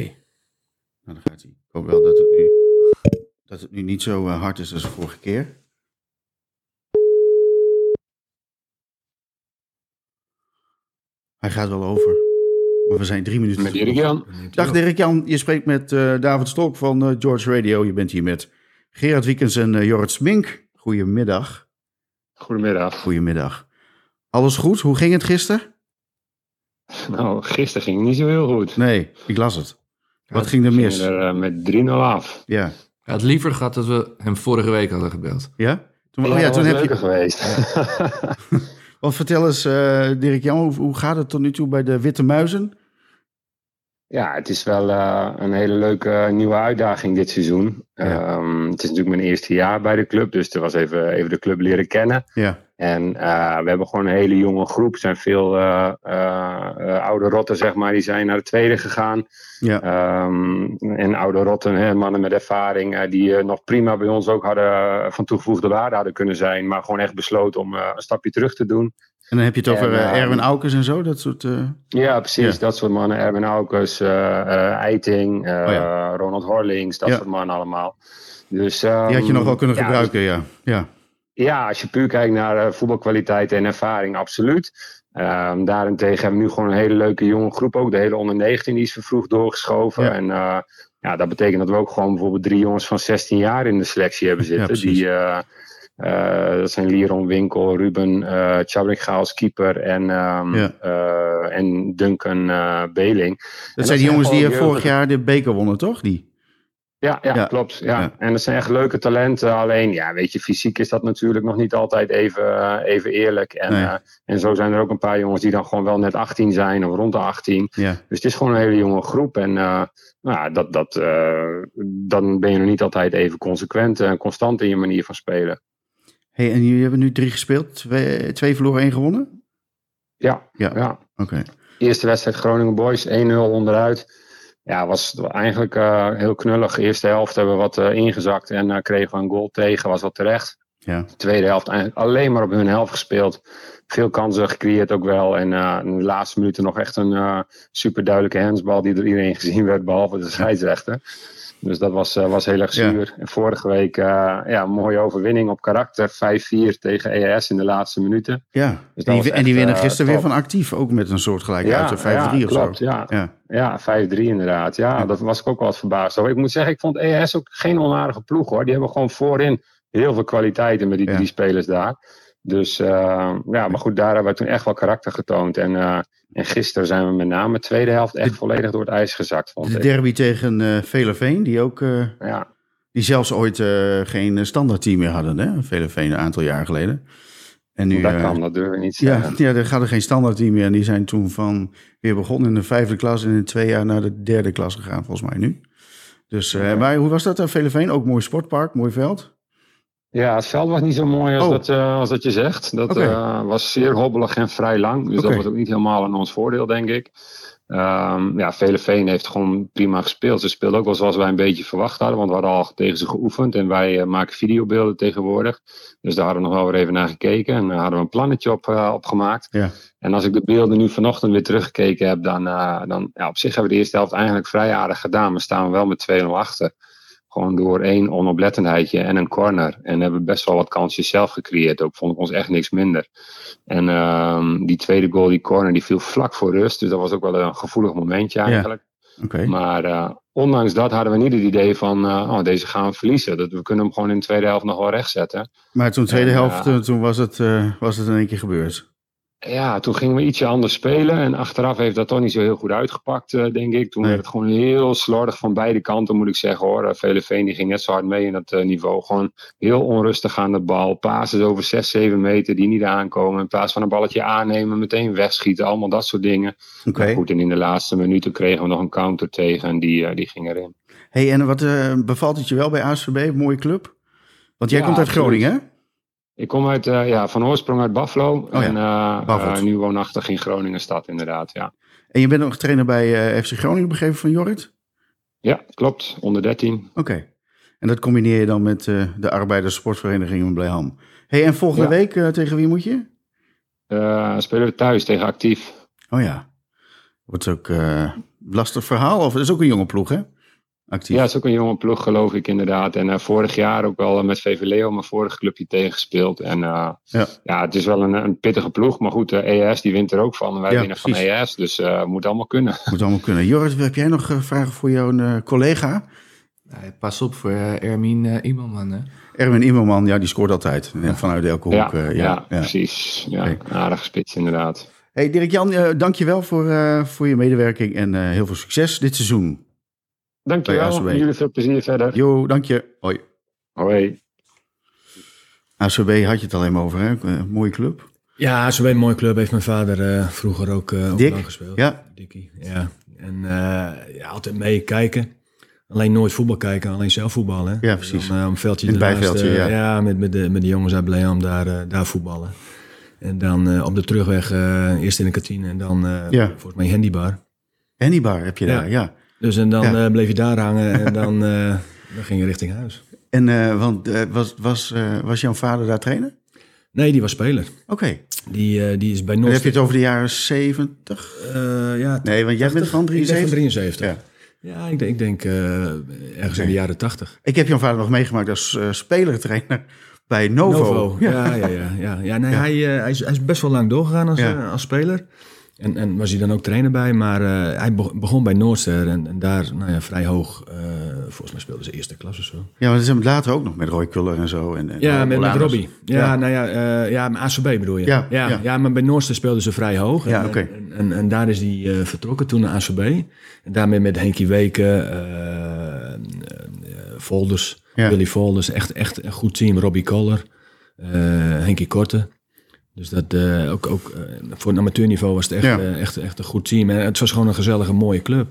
[SPEAKER 2] dan gaat hij. Ik hoop wel dat het nu, dat het nu niet zo eh, hard is als de vorige keer. Hij gaat wel over. Maar we zijn drie minuten.
[SPEAKER 4] Met Erik Jan.
[SPEAKER 2] Dag Dirk-Jan, je spreekt met eh, David Stolk van eh, George Radio. Je bent hier met Gerard Wiekens en eh, Jorrit Smink. Goedemiddag.
[SPEAKER 4] Goedemiddag.
[SPEAKER 2] Goedemiddag. Alles goed? Hoe ging het gisteren?
[SPEAKER 4] Nou, gisteren ging het niet zo heel goed.
[SPEAKER 2] Nee, ik las het. Wat
[SPEAKER 1] Ja,
[SPEAKER 2] ging er
[SPEAKER 4] We
[SPEAKER 2] mis?
[SPEAKER 4] gingen er eh, met 3-0 af.
[SPEAKER 2] Ja.
[SPEAKER 1] Hij had liever gehad dat we hem vorige week hadden gebeld.
[SPEAKER 2] Ja? Toen, oh ja,
[SPEAKER 4] dat
[SPEAKER 2] toen
[SPEAKER 4] was
[SPEAKER 2] heb
[SPEAKER 4] leuker
[SPEAKER 2] je...
[SPEAKER 4] geweest.
[SPEAKER 2] Want vertel eens, eh, Dirk-Jan, hoe, hoe gaat het tot nu toe bij de Witte Muizen?
[SPEAKER 4] ja, het is wel eh, een hele leuke nieuwe uitdaging dit seizoen.
[SPEAKER 2] Ja.
[SPEAKER 4] Ehm, het is natuurlijk mijn eerste jaar bij de club, dus er was even, even de club leren kennen.
[SPEAKER 2] Ja,
[SPEAKER 4] En eh, we hebben gewoon een hele jonge groep. Er zijn veel eh, eh, eh, oude rotten, zeg maar, die zijn naar de tweede gegaan.
[SPEAKER 2] ja,
[SPEAKER 4] Ehm, en oude rotten, hè, mannen met ervaring, eh, die eh, nog prima bij ons ook hadden, eh, van toegevoegde waarde hadden kunnen zijn, maar gewoon echt besloten om eh, een stapje terug te doen.
[SPEAKER 2] en dan heb je het
[SPEAKER 4] en,
[SPEAKER 2] over eh,
[SPEAKER 4] eh,
[SPEAKER 2] Erwin Aukers en zo, dat soort... eh,
[SPEAKER 4] Ja, precies.
[SPEAKER 2] Ja.
[SPEAKER 4] Dat soort mannen. Erwin Aukers, eh eh, Eiting, eh,
[SPEAKER 2] Oh
[SPEAKER 4] Ronald Horlings, dat
[SPEAKER 2] Ja.
[SPEAKER 4] soort mannen allemaal. Dus,
[SPEAKER 2] Die had je
[SPEAKER 4] ehm,
[SPEAKER 2] nog wel kunnen
[SPEAKER 4] ja,
[SPEAKER 2] gebruiken, ja. Ja,
[SPEAKER 4] Ja, als je puur kijkt naar eh, voetbalkwaliteit en ervaring, absoluut. Ehm, daarentegen hebben we nu gewoon een hele leuke jonge groep ook. De hele onder 19 die is vervroegd doorgeschoven.
[SPEAKER 2] Ja.
[SPEAKER 4] En eh, ja, dat betekent dat we ook gewoon bijvoorbeeld drie jongens van 16 jaar in de selectie hebben zitten.
[SPEAKER 2] precies.
[SPEAKER 4] die, eh, eh, dat zijn Liron Winkel, Ruben eh Chabrik als keeper en, ehm,
[SPEAKER 2] Ja.
[SPEAKER 4] eh, en Duncan eh, Beling.
[SPEAKER 2] dat zijn die
[SPEAKER 4] zijn
[SPEAKER 2] jongens die
[SPEAKER 4] gewoon
[SPEAKER 2] eh, vorig
[SPEAKER 4] jeugdige-
[SPEAKER 2] jaar de beker wonnen, toch? Die?
[SPEAKER 4] Ja, ja,
[SPEAKER 2] Ja.
[SPEAKER 4] klopt. Ja.
[SPEAKER 2] Ja.
[SPEAKER 4] En dat zijn echt leuke talenten. Alleen, ja, weet je, fysiek is dat natuurlijk nog niet altijd even, eh, even eerlijk. En,
[SPEAKER 2] Nee.
[SPEAKER 4] eh, en zo zijn er ook een paar jongens die dan gewoon wel net 18 zijn of rond de 18.
[SPEAKER 2] Ja,
[SPEAKER 4] Dus het is gewoon een hele jonge groep. En eh, nou, ja, dat, dat, eh, dan ben je nog niet altijd even consequent en constant in je manier van spelen.
[SPEAKER 2] hey, en jullie hebben nu drie gespeeld, twee, twee verloren, één gewonnen?
[SPEAKER 4] Ja,
[SPEAKER 2] Ja.
[SPEAKER 4] ja.
[SPEAKER 2] Oké,
[SPEAKER 4] Eerste wedstrijd Groningen Boys, 1-0 onderuit. Ja, was eigenlijk eh, heel knullig. Eerste helft hebben we wat eh, ingezakt en eh, kregen we een goal tegen. Was wat terecht.
[SPEAKER 2] ja.
[SPEAKER 4] tweede helft eigenlijk alleen maar op hun helft gespeeld. Veel kansen gecreëerd ook wel. En eh, in de laatste minuten nog echt een eh super duidelijke handsbal die door iedereen gezien werd, behalve de scheidsrechter. Dus dat was, eh, was heel erg
[SPEAKER 2] Ja.
[SPEAKER 4] zuur. En vorige week eh, ja, een mooie overwinning op karakter. 5-4 tegen EAS in de laatste minuten.
[SPEAKER 2] Ja,
[SPEAKER 4] Dus dat
[SPEAKER 2] en die,
[SPEAKER 4] was
[SPEAKER 2] en die
[SPEAKER 4] echt,
[SPEAKER 2] winnen
[SPEAKER 4] eh,
[SPEAKER 2] gisteren weer
[SPEAKER 4] top.
[SPEAKER 2] van actief, ook met een soortgelijke
[SPEAKER 4] Ja,
[SPEAKER 2] uit de 5
[SPEAKER 4] ja,
[SPEAKER 2] of zo.
[SPEAKER 4] klopt, ja.
[SPEAKER 2] ja.
[SPEAKER 4] Ja, 5-3 inderdaad. Ja, daar was ik ook wel wat verbaasd over. Ik moet zeggen, ik vond ES ook geen onaardige ploeg hoor. Die hebben gewoon voorin heel veel kwaliteiten met die
[SPEAKER 2] Ja.
[SPEAKER 4] drie spelers daar. Dus eh, ja, maar goed, daar hebben we toen echt wel karakter getoond. En, eh, en gisteren zijn we met name de tweede helft echt volledig door het ijs gezakt, vond
[SPEAKER 2] De
[SPEAKER 4] ik.
[SPEAKER 2] derby tegen eh Veleveen, die ook... eh,
[SPEAKER 4] Ja,
[SPEAKER 2] Die zelfs ooit eh, geen eh, standaardteam meer hadden, hè? Veleveen een aantal jaar geleden. En nu,
[SPEAKER 4] dat
[SPEAKER 2] eh,
[SPEAKER 4] kan, dat durf ik niet te
[SPEAKER 2] Ja,
[SPEAKER 4] zeggen.
[SPEAKER 2] ja, er gaat er geen standaardteam meer. En die zijn toen van weer begonnen in de vijfde klas en in twee jaar naar de derde klas gegaan, Eh, volgens mij nu. Dus, eh, maar hoe was dat daar? Veleveen, ook mooi sportpark, mooi veld.
[SPEAKER 4] Ja, het veld was niet zo mooi als,
[SPEAKER 2] Oh.
[SPEAKER 4] dat, eh, als dat je zegt. Dat
[SPEAKER 2] Oké.
[SPEAKER 4] eh, was zeer hobbelig en vrij lang. Dus
[SPEAKER 2] Oké.
[SPEAKER 4] dat was ook niet helemaal in ons voordeel, denk ik. Ehm ja, Veleveen heeft gewoon prima gespeeld. Ze speelden ook wel zoals wij een beetje verwacht hadden. Want we hadden al tegen ze geoefend. En wij eh, maken videobeelden tegenwoordig. Dus daar hadden we nog wel weer even naar gekeken. En daar hadden we een plannetje op, eh, op gemaakt.
[SPEAKER 2] Ja.
[SPEAKER 4] En als ik de beelden nu vanochtend weer teruggekeken heb... dan, eh, dan ja, op zich hebben we de eerste helft eigenlijk vrij aardig gedaan. Maar staan we wel met 2-0 achter. Gewoon door één onoplettendheidje en een corner. En hebben best wel wat kansjes zelf gecreëerd. Ook vond ik ons echt niks minder. En ehm, die tweede goal, die corner, die viel vlak voor rust. Dus dat was ook wel een gevoelig momentje eigenlijk.
[SPEAKER 2] Oké.
[SPEAKER 4] Maar eh, ondanks dat hadden we niet het idee van... eh, oh, deze gaan we verliezen. Dat, we kunnen hem gewoon in de tweede helft nog wel rechtzetten.
[SPEAKER 2] Maar toen tweede
[SPEAKER 4] En,
[SPEAKER 2] helft,
[SPEAKER 4] eh,
[SPEAKER 2] eh, toen was het, eh, was het in één keer gebeurd.
[SPEAKER 4] Ja, toen gingen we ietsje anders spelen. En achteraf heeft dat toch niet zo heel goed uitgepakt, eh, denk ik. Toen
[SPEAKER 2] Nee.
[SPEAKER 4] werd het gewoon heel slordig van beide kanten, moet ik zeggen hoor. Eh, Veleveen die ging net zo hard mee in dat eh, niveau. Gewoon heel onrustig aan de bal. Pases over 6, 7 meter die niet aankomen. In plaats van een balletje aannemen, meteen wegschieten. Allemaal dat soort dingen.
[SPEAKER 2] Oké.
[SPEAKER 4] Maar Goed, en in de laatste minuten kregen we nog een counter tegen. En die, eh, die ging erin.
[SPEAKER 2] Hey, en wat eh, bevalt het je wel bij ASVB? Mooie club. Want jij
[SPEAKER 4] Ja,
[SPEAKER 2] komt uit
[SPEAKER 4] absoluut.
[SPEAKER 2] Groningen, hè?
[SPEAKER 4] Ik kom uit, eh, ja, van oorsprong uit Buffalo.
[SPEAKER 2] Oh ja.
[SPEAKER 4] En eh,
[SPEAKER 2] Bavelt.
[SPEAKER 4] eh, nu woonachtig in Groningenstad inderdaad, ja.
[SPEAKER 2] En je bent nog trainer bij eh, FC Groningen begrepen van Jorrit?
[SPEAKER 4] Ja, klopt. Onder 13.
[SPEAKER 2] Oké. En dat combineer je dan met eh, de arbeiderssportvereniging in Blijham. Hey, en volgende
[SPEAKER 4] Ja.
[SPEAKER 2] week eh, tegen wie moet je?
[SPEAKER 4] Eh, spelen we thuis tegen actief.
[SPEAKER 2] Oh ja. Wordt ook eh, lastig verhaal. Of het is ook een jonge ploeg, hè? Actief.
[SPEAKER 4] Ja, het is ook een jonge ploeg, geloof ik inderdaad. En eh, vorig jaar ook wel eh, met VV Leo, mijn vorige clubje, tegengespeeld. En eh,
[SPEAKER 2] Ja.
[SPEAKER 4] ja. het is wel een, een pittige ploeg. Maar goed, de ES die wint er ook van. En wij
[SPEAKER 2] Ja,
[SPEAKER 4] winnen
[SPEAKER 2] precies.
[SPEAKER 4] van ES, dus eh moet allemaal kunnen.
[SPEAKER 2] Moet allemaal kunnen. Jorrit, heb jij nog eh, vragen voor jouw eh, collega?
[SPEAKER 1] Nou, pas op voor eh, Ermin eh, Imanman, hè?
[SPEAKER 2] Erwin Immerman, ja, die scoort altijd. Eh, Vanuit elke hoek.
[SPEAKER 4] ja,
[SPEAKER 2] eh,
[SPEAKER 4] ja,
[SPEAKER 2] ja, ja.
[SPEAKER 4] precies. Ja,
[SPEAKER 2] Oké.
[SPEAKER 4] aardige spits inderdaad.
[SPEAKER 2] Hey Dirk-Jan, eh dankjewel voor, eh voor je medewerking en eh, heel veel succes dit seizoen. Bij
[SPEAKER 4] Dankjewel.
[SPEAKER 2] ASB.
[SPEAKER 4] Jullie veel plezier verder.
[SPEAKER 2] Jo, dank je. Hoi.
[SPEAKER 4] Hoi.
[SPEAKER 2] ACB had je het al even over, hè? Eh, mooie club.
[SPEAKER 3] Ja, zo een mooie club. Heeft mijn vader eh, vroeger ook, eh ook
[SPEAKER 2] Dick?
[SPEAKER 3] lang gespeeld.
[SPEAKER 2] Ja.
[SPEAKER 3] Dikkie, ja. En eh, ja, altijd mee kijken. Alleen nooit voetbal kijken, alleen zelf voetballen. hè.
[SPEAKER 2] Ja, precies.
[SPEAKER 3] Dan, eh, een veldje
[SPEAKER 2] In het
[SPEAKER 3] ernaast,
[SPEAKER 2] bijveldje,
[SPEAKER 3] eh,
[SPEAKER 2] ja.
[SPEAKER 3] met, met, de, met de jongens uit Bleeham daar, eh, daar voetballen. En dan eh, op de terugweg eh, eerst in de kantine en dan eh,
[SPEAKER 2] Ja.
[SPEAKER 3] volgens mij handybar.
[SPEAKER 2] Hennybar heb je
[SPEAKER 3] Ja.
[SPEAKER 2] daar, ja.
[SPEAKER 3] Dus en dan
[SPEAKER 2] Ja.
[SPEAKER 3] eh, bleef je daar hangen en dan, eh, dan ging je richting huis.
[SPEAKER 2] En eh, want, eh, was, was, eh, was jouw vader daar trainer?
[SPEAKER 3] Nee, die was speler.
[SPEAKER 2] Oké.
[SPEAKER 3] Die, eh, die is bij
[SPEAKER 2] Dan heb
[SPEAKER 3] Noord.
[SPEAKER 2] je het over de jaren 70?
[SPEAKER 3] Eh, ja,
[SPEAKER 2] Nee, want jij bent van
[SPEAKER 3] ik ben van
[SPEAKER 2] 73.
[SPEAKER 3] 73.
[SPEAKER 2] Ja.
[SPEAKER 3] Ja, ik denk, ik denk eh, ergens in de jaren 80.
[SPEAKER 2] Ik heb jouw vader nog meegemaakt als eh, spelertrainer bij Novo. Ja.
[SPEAKER 3] Ja, ja, ja. ja, ja. Nee, Hij, eh, hij, is, hij is best wel lang doorgegaan als,
[SPEAKER 2] Ja.
[SPEAKER 3] eh, als speler. En, en was hij dan ook trainer bij, maar eh, hij be- begon bij Noordster en, en daar nou ja, vrij hoog, eh, volgens mij speelden ze eerste klas of zo.
[SPEAKER 2] ja, maar ze hebben later ook nog met Roy Kuller en zo. En, en
[SPEAKER 3] Ja,
[SPEAKER 2] en
[SPEAKER 3] met, met
[SPEAKER 2] Olanus.
[SPEAKER 3] Robbie. Ja,
[SPEAKER 2] Ja.
[SPEAKER 3] nou ja, eh, ja, maar ACB bedoel je.
[SPEAKER 2] Ja,
[SPEAKER 3] ja,
[SPEAKER 2] ja.
[SPEAKER 3] maar bij Noordster speelden ze vrij hoog.
[SPEAKER 2] Ja,
[SPEAKER 3] en,
[SPEAKER 2] oké.
[SPEAKER 3] en, en, en daar is hij eh, vertrokken toen naar ACB. En daarmee met Henkie Weken, eh, eh, Volders,
[SPEAKER 2] Ja.
[SPEAKER 3] Willy Volders. Echt, echt een goed team. Robbie Koller, eh Henkie Korte. Dus dat eh, ook, ook eh, voor het amateurniveau was het echt,
[SPEAKER 2] Ja.
[SPEAKER 3] eh, echt, echt een goed team. En het was gewoon een gezellige, mooie club.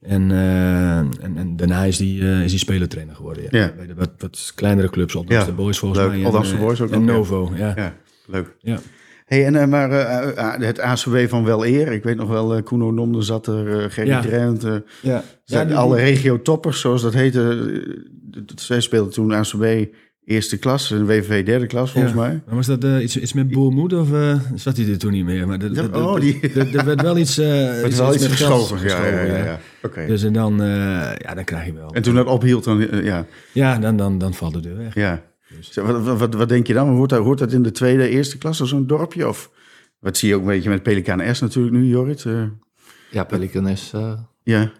[SPEAKER 3] En, eh, en, en daarna is die, eh, is die spelertrainer geworden. Ja.
[SPEAKER 2] Ja.
[SPEAKER 3] Bij de wat, wat kleinere clubs, Oldamster
[SPEAKER 2] Ja,
[SPEAKER 3] Boys volgens
[SPEAKER 2] leuk.
[SPEAKER 3] mij. en,
[SPEAKER 2] Oldamster
[SPEAKER 3] eh,
[SPEAKER 2] Boys ook
[SPEAKER 3] En
[SPEAKER 2] nog, ja.
[SPEAKER 3] Novo, ja.
[SPEAKER 2] Ja, leuk.
[SPEAKER 3] Ja.
[SPEAKER 2] Hey, en, eh, maar eh, eh, het ACW van wel eer. Ik weet nog wel, eh Kuno Nomde zat er, eh Gerry
[SPEAKER 3] Ja.
[SPEAKER 2] Drent. eh,
[SPEAKER 3] Ja.
[SPEAKER 2] zijn
[SPEAKER 3] die-
[SPEAKER 2] alle regio-toppers, zoals dat heette. eh, d- d- Zij speelden toen ACB eerste klas en WVV derde klas, volgens
[SPEAKER 3] Ja.
[SPEAKER 2] mij.
[SPEAKER 3] Maar was dat eh, iets, iets met Boermoed of eh, zat hij er toen niet meer? Maar dat-
[SPEAKER 2] Ja,
[SPEAKER 3] dat-
[SPEAKER 2] oh,
[SPEAKER 3] dat-
[SPEAKER 2] die-
[SPEAKER 3] dat- Er werd wel iets... eh,
[SPEAKER 2] Het is wel iets
[SPEAKER 3] met geld
[SPEAKER 2] geschoven. Ja, ja, ja.
[SPEAKER 3] geschoven,
[SPEAKER 2] ja.
[SPEAKER 3] ja.
[SPEAKER 2] Oké.
[SPEAKER 3] Dus en dan, eh, ja, dan krijg je wel.
[SPEAKER 2] En toen dat ophield, dan, eh, ja.
[SPEAKER 3] Ja, dan, dan, dan valt de deur weg.
[SPEAKER 2] ja.
[SPEAKER 3] Dus-
[SPEAKER 2] Zo, Wat, wat- wat, wat denk je dan? Hoort dat, hoort dat in de tweede, eerste klas of zo'n dorpje? Of wat zie je ook een beetje met Pelikaan S natuurlijk nu, Jorrit? eh,
[SPEAKER 1] Ja, Pelikanes eh
[SPEAKER 2] ja.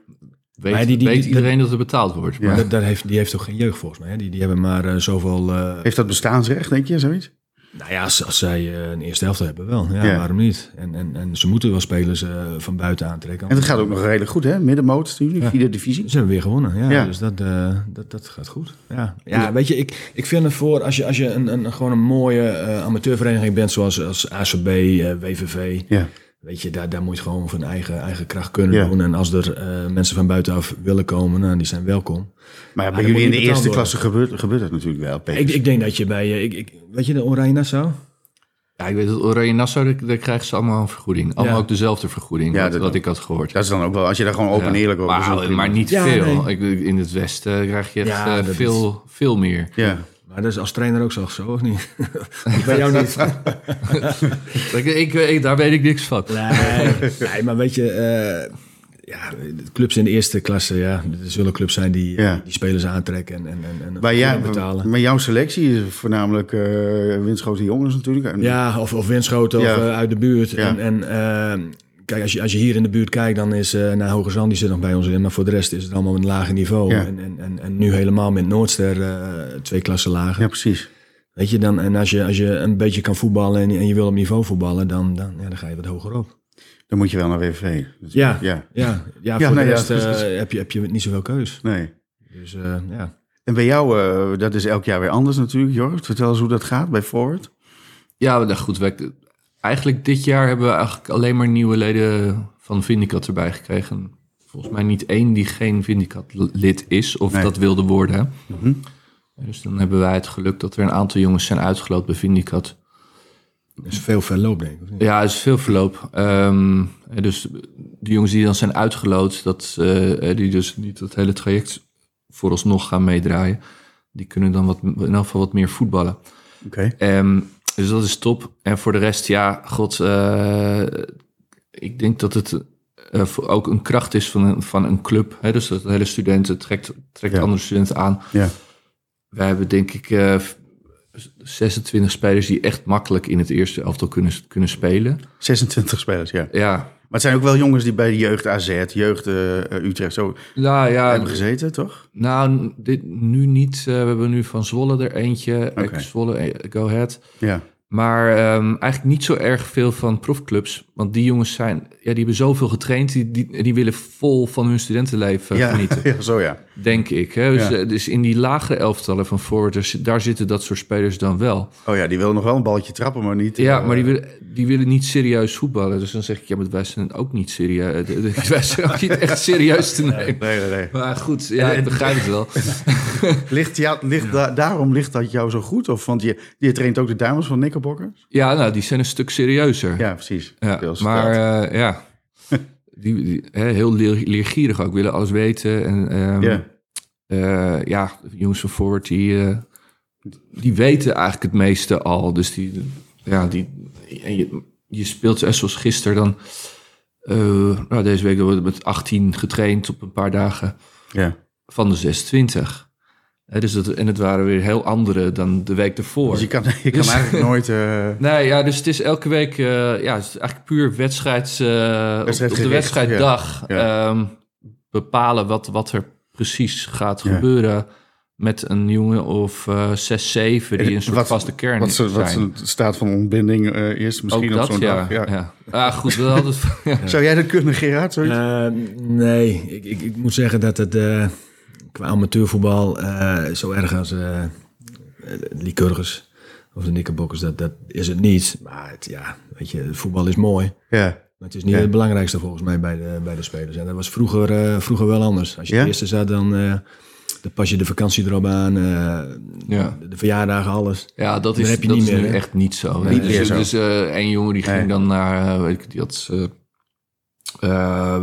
[SPEAKER 1] weet,
[SPEAKER 3] Maar die- die-
[SPEAKER 1] weet
[SPEAKER 3] die-
[SPEAKER 1] iedereen dat er betaald wordt.
[SPEAKER 2] Ja.
[SPEAKER 1] Maar
[SPEAKER 3] Dat, daar heeft, die heeft toch geen jeugd volgens mij. Hè? Die, die hebben maar eh, zoveel... eh,
[SPEAKER 2] Heeft dat bestaansrecht, denk je, zoiets?
[SPEAKER 3] Nou ja, als, als zij eh, een eerste helft hebben wel. Ja,
[SPEAKER 2] Ja.
[SPEAKER 3] waarom niet? En, en, en ze moeten wel spelers eh, van buiten aantrekken.
[SPEAKER 2] En dat gaat ook nog redelijk goed, hè? Middenmoot, natuurlijk,
[SPEAKER 3] Ja.
[SPEAKER 2] vierde divisie.
[SPEAKER 3] Ze hebben weer gewonnen, ja.
[SPEAKER 2] Ja.
[SPEAKER 3] Dus dat, eh, dat, dat gaat goed. Ja,
[SPEAKER 2] Dus-
[SPEAKER 3] ja weet je, ik, ik vind het voor als je, als je een, een, gewoon een mooie eh, amateurvereniging bent, zoals als ACB, eh, WVV,
[SPEAKER 2] Ja.
[SPEAKER 3] Weet je, daar, daar moet je gewoon van eigen, eigen kracht kunnen
[SPEAKER 2] Ja.
[SPEAKER 3] doen. En als er eh, mensen van buitenaf willen komen, nou, die zijn welkom.
[SPEAKER 2] Maar ja, bij
[SPEAKER 3] dat
[SPEAKER 2] jullie
[SPEAKER 3] moet
[SPEAKER 2] in
[SPEAKER 3] niet
[SPEAKER 2] de eerste
[SPEAKER 3] betaald
[SPEAKER 2] klasse gebeurt, gebeurt dat natuurlijk wel. Peter.
[SPEAKER 3] Ik, ik denk dat je bij, eh, ik, ik, weet je, de Oranje Nassau?
[SPEAKER 1] Ja, ik weet dat Oranje Nassau, daar, daar krijgen ze allemaal een vergoeding. Allemaal
[SPEAKER 3] Ja.
[SPEAKER 1] ook dezelfde vergoeding,
[SPEAKER 2] Ja,
[SPEAKER 1] wat,
[SPEAKER 2] dat
[SPEAKER 1] wat
[SPEAKER 2] ook.
[SPEAKER 1] ik had gehoord.
[SPEAKER 2] dat is dan ook wel, als je daar gewoon open en
[SPEAKER 1] Ja.
[SPEAKER 2] eerlijk over is, dan
[SPEAKER 1] maar,
[SPEAKER 2] prima.
[SPEAKER 1] maar niet
[SPEAKER 3] Ja,
[SPEAKER 1] veel.
[SPEAKER 3] nee.
[SPEAKER 1] Ik, bedoel, in het Westen krijg je echt
[SPEAKER 3] Ja,
[SPEAKER 1] eh,
[SPEAKER 3] dat
[SPEAKER 1] veel, veel meer.
[SPEAKER 2] Ja.
[SPEAKER 3] Maar dat is als trainer ook zo, of zo, of niet? Of bij jou niet?
[SPEAKER 1] Ik, ik, ik- daar weet ik niks van.
[SPEAKER 3] Nee, nee, maar weet je, eh, ja, de clubs in de eerste klasse, ja, er zullen clubs zijn die,
[SPEAKER 2] Ja.
[SPEAKER 3] die spelers aantrekken en, en, en, en
[SPEAKER 2] Bij, jou-
[SPEAKER 3] betalen.
[SPEAKER 2] bij jouw selectie is voornamelijk eh Winschoten jongens natuurlijk. En-
[SPEAKER 3] Ja, of, of Winschoten
[SPEAKER 2] Ja.
[SPEAKER 3] of eh, uit de buurt.
[SPEAKER 2] Ja.
[SPEAKER 3] En, en ehm, kijk, als je, als je hier in de buurt kijkt, dan is eh naar Hoge Zand, die zit nog bij ons in. Maar voor de rest is het allemaal een lager niveau.
[SPEAKER 2] Ja.
[SPEAKER 3] En, en, en, en nu helemaal met Noordster eh, twee klassen lager.
[SPEAKER 2] ja, precies.
[SPEAKER 3] Weet je, dan, en als je, als je een beetje kan voetballen en, en je wil op niveau voetballen, dan, dan, ja, dan ga je wat hoger op.
[SPEAKER 2] Dan moet je wel naar WVV. Dat-
[SPEAKER 3] Ja, ja.
[SPEAKER 2] Ja,
[SPEAKER 3] ja,
[SPEAKER 2] Ja,
[SPEAKER 3] voor
[SPEAKER 2] nee, ja,
[SPEAKER 3] de rest eh,
[SPEAKER 2] precies.
[SPEAKER 3] heb, je, heb je niet zoveel keus.
[SPEAKER 2] nee.
[SPEAKER 3] Dus eh, ja.
[SPEAKER 2] En bij jou, eh, dat is elk jaar weer anders natuurlijk, Jorrit. Vertel eens hoe dat gaat bij Forward.
[SPEAKER 1] Ja, nou goed. wij- eigenlijk dit jaar hebben we eigenlijk alleen maar nieuwe leden van Vindicat erbij gekregen. Volgens mij niet één die geen Vindicat-lid is of
[SPEAKER 2] Nee.
[SPEAKER 1] dat wilde worden.
[SPEAKER 2] Mhm.
[SPEAKER 1] Dus dan hebben wij het geluk dat er een aantal jongens zijn uitgeloot bij Vindicat.
[SPEAKER 3] Dat is veel verloop, denk ik. of niet?
[SPEAKER 1] Ja, er is veel verloop. Ehm, eh, dus de jongens die dan zijn uitgeloot, dat, eh, eh, die dus niet dat hele traject vooralsnog gaan meedraaien, die kunnen dan wat, in elk geval wat meer voetballen.
[SPEAKER 2] Oké.
[SPEAKER 1] Ehm, dus dat is top. En voor de rest, ja, god, eh, ik denk dat het eh, voor- ook een kracht is van een, van een club. Hè? Dus dat hele studenten trekt, trekt
[SPEAKER 2] Ja.
[SPEAKER 1] andere studenten aan.
[SPEAKER 2] Ja.
[SPEAKER 1] Wij hebben denk ik eh, 26 spelers die echt makkelijk in het eerste elftal kunnen, kunnen spelen.
[SPEAKER 2] 26 spelers, ja.
[SPEAKER 1] Ja,
[SPEAKER 2] Maar het zijn ook wel jongens die bij de jeugd AZ, jeugd eh, eh, Utrecht zo
[SPEAKER 1] nou ja,
[SPEAKER 2] hebben gezeten, toch?
[SPEAKER 1] nou, dit, nu niet. Eh, we hebben nu van Zwolle er eentje,
[SPEAKER 2] Oké.
[SPEAKER 1] ex-Zwolle, eh, Go Ahead.
[SPEAKER 2] Ja.
[SPEAKER 1] Maar ehm, eigenlijk niet zo erg veel van profclubs. Want die jongens zijn, ja, die hebben zoveel getraind. Die, die, die willen vol van hun studentenleven eh,
[SPEAKER 2] Ja.
[SPEAKER 1] genieten,
[SPEAKER 2] ja, zo ja.
[SPEAKER 1] denk ik. Hè? Dus,
[SPEAKER 2] Ja.
[SPEAKER 1] eh, dus in die lagere elftallen van forwarders, daar zitten dat soort spelers dan wel.
[SPEAKER 2] Oh ja, die wil nog wel een balletje trappen, maar niet...
[SPEAKER 1] Ja,
[SPEAKER 2] eh,
[SPEAKER 1] maar die willen, die willen niet serieus voetballen. Dus dan zeg ik, ja, maar wij zijn ook niet serieus. eh, Wij zijn ook niet echt serieus te nemen.
[SPEAKER 2] Nee, nee, nee.
[SPEAKER 1] Maar goed, ja, ik begrijp het wel.
[SPEAKER 2] Ligt jou, ligt da- daarom ligt dat jou zo goed? Of, want je, je traint ook de dames van Nikkerbokkers?
[SPEAKER 1] Ja, nou, die zijn een stuk serieuzer.
[SPEAKER 2] Ja, precies.
[SPEAKER 1] Ja,
[SPEAKER 2] Deels
[SPEAKER 1] maar
[SPEAKER 2] verteld.
[SPEAKER 1] eh, ja, die, die, hè, heel leer- leergierig ook, willen alles weten. En ehm,
[SPEAKER 2] Ja.
[SPEAKER 1] eh, ja, de jongens van Forward, die, eh, die weten eigenlijk het meeste al. Dus die, ja, die, en je, je speelt zo- zoals gisteren dan, eh, nou, deze week hebben we met 18 getraind op een paar dagen
[SPEAKER 2] ja.
[SPEAKER 1] van de 26. Hè, dus dat, en het waren weer heel andere dan de week ervoor.
[SPEAKER 2] Dus je kan, je kan
[SPEAKER 1] Dus-
[SPEAKER 2] eigenlijk nooit... eh,
[SPEAKER 1] Nee, ja, dus het is elke week eh, ja, het is eigenlijk puur wedstrijds, eh, op- op,
[SPEAKER 2] Wedstrijdgericht,
[SPEAKER 1] de wedstrijddag
[SPEAKER 2] ja. Ja.
[SPEAKER 1] ehm, bepalen wat, wat er precies gaat
[SPEAKER 2] Ja.
[SPEAKER 1] gebeuren met een jongen of eh 6, 7 die
[SPEAKER 2] En
[SPEAKER 1] een soort
[SPEAKER 2] wat-
[SPEAKER 1] vaste kern
[SPEAKER 2] Wat, ze,
[SPEAKER 1] zijn.
[SPEAKER 2] wat ze staat van ontbinding eh, eerst misschien
[SPEAKER 1] Ook
[SPEAKER 2] op
[SPEAKER 1] dat,
[SPEAKER 2] zo'n
[SPEAKER 1] ja.
[SPEAKER 2] dag.
[SPEAKER 1] ja.
[SPEAKER 2] Ja.
[SPEAKER 1] Ah, goed, we hadden het... ja.
[SPEAKER 2] Zou jij dat kunnen, Gerard? Zoiets?
[SPEAKER 3] Eh, nee, ik, ik, ik moet zeggen dat het eh, qua amateurvoetbal eh, zo erg als eh Lycurgus of de Knickerbockers, dat, dat is het niet. Maar het, ja, weet je, voetbal is mooi.
[SPEAKER 2] ja.
[SPEAKER 3] Maar het is niet
[SPEAKER 2] Ja.
[SPEAKER 3] het belangrijkste volgens mij bij de, bij de spelers. En dat was vroeger, eh, vroeger wel anders. Als je
[SPEAKER 2] Ja?
[SPEAKER 3] de eerste zat, dan, eh, dan pas je de vakantie erop aan, eh,
[SPEAKER 1] Ja.
[SPEAKER 3] de, de verjaardagen, alles.
[SPEAKER 1] Ja, dat
[SPEAKER 3] Dan
[SPEAKER 1] is,
[SPEAKER 3] heb je
[SPEAKER 1] dat
[SPEAKER 3] niet
[SPEAKER 1] is
[SPEAKER 3] meer,
[SPEAKER 1] nu
[SPEAKER 3] hè?
[SPEAKER 1] echt niet zo.
[SPEAKER 2] Niet
[SPEAKER 1] dus
[SPEAKER 2] meer zo.
[SPEAKER 1] dus eh, één jongen die ging
[SPEAKER 2] Nee.
[SPEAKER 1] dan naar, eh, weet ik, die had... eh, eh,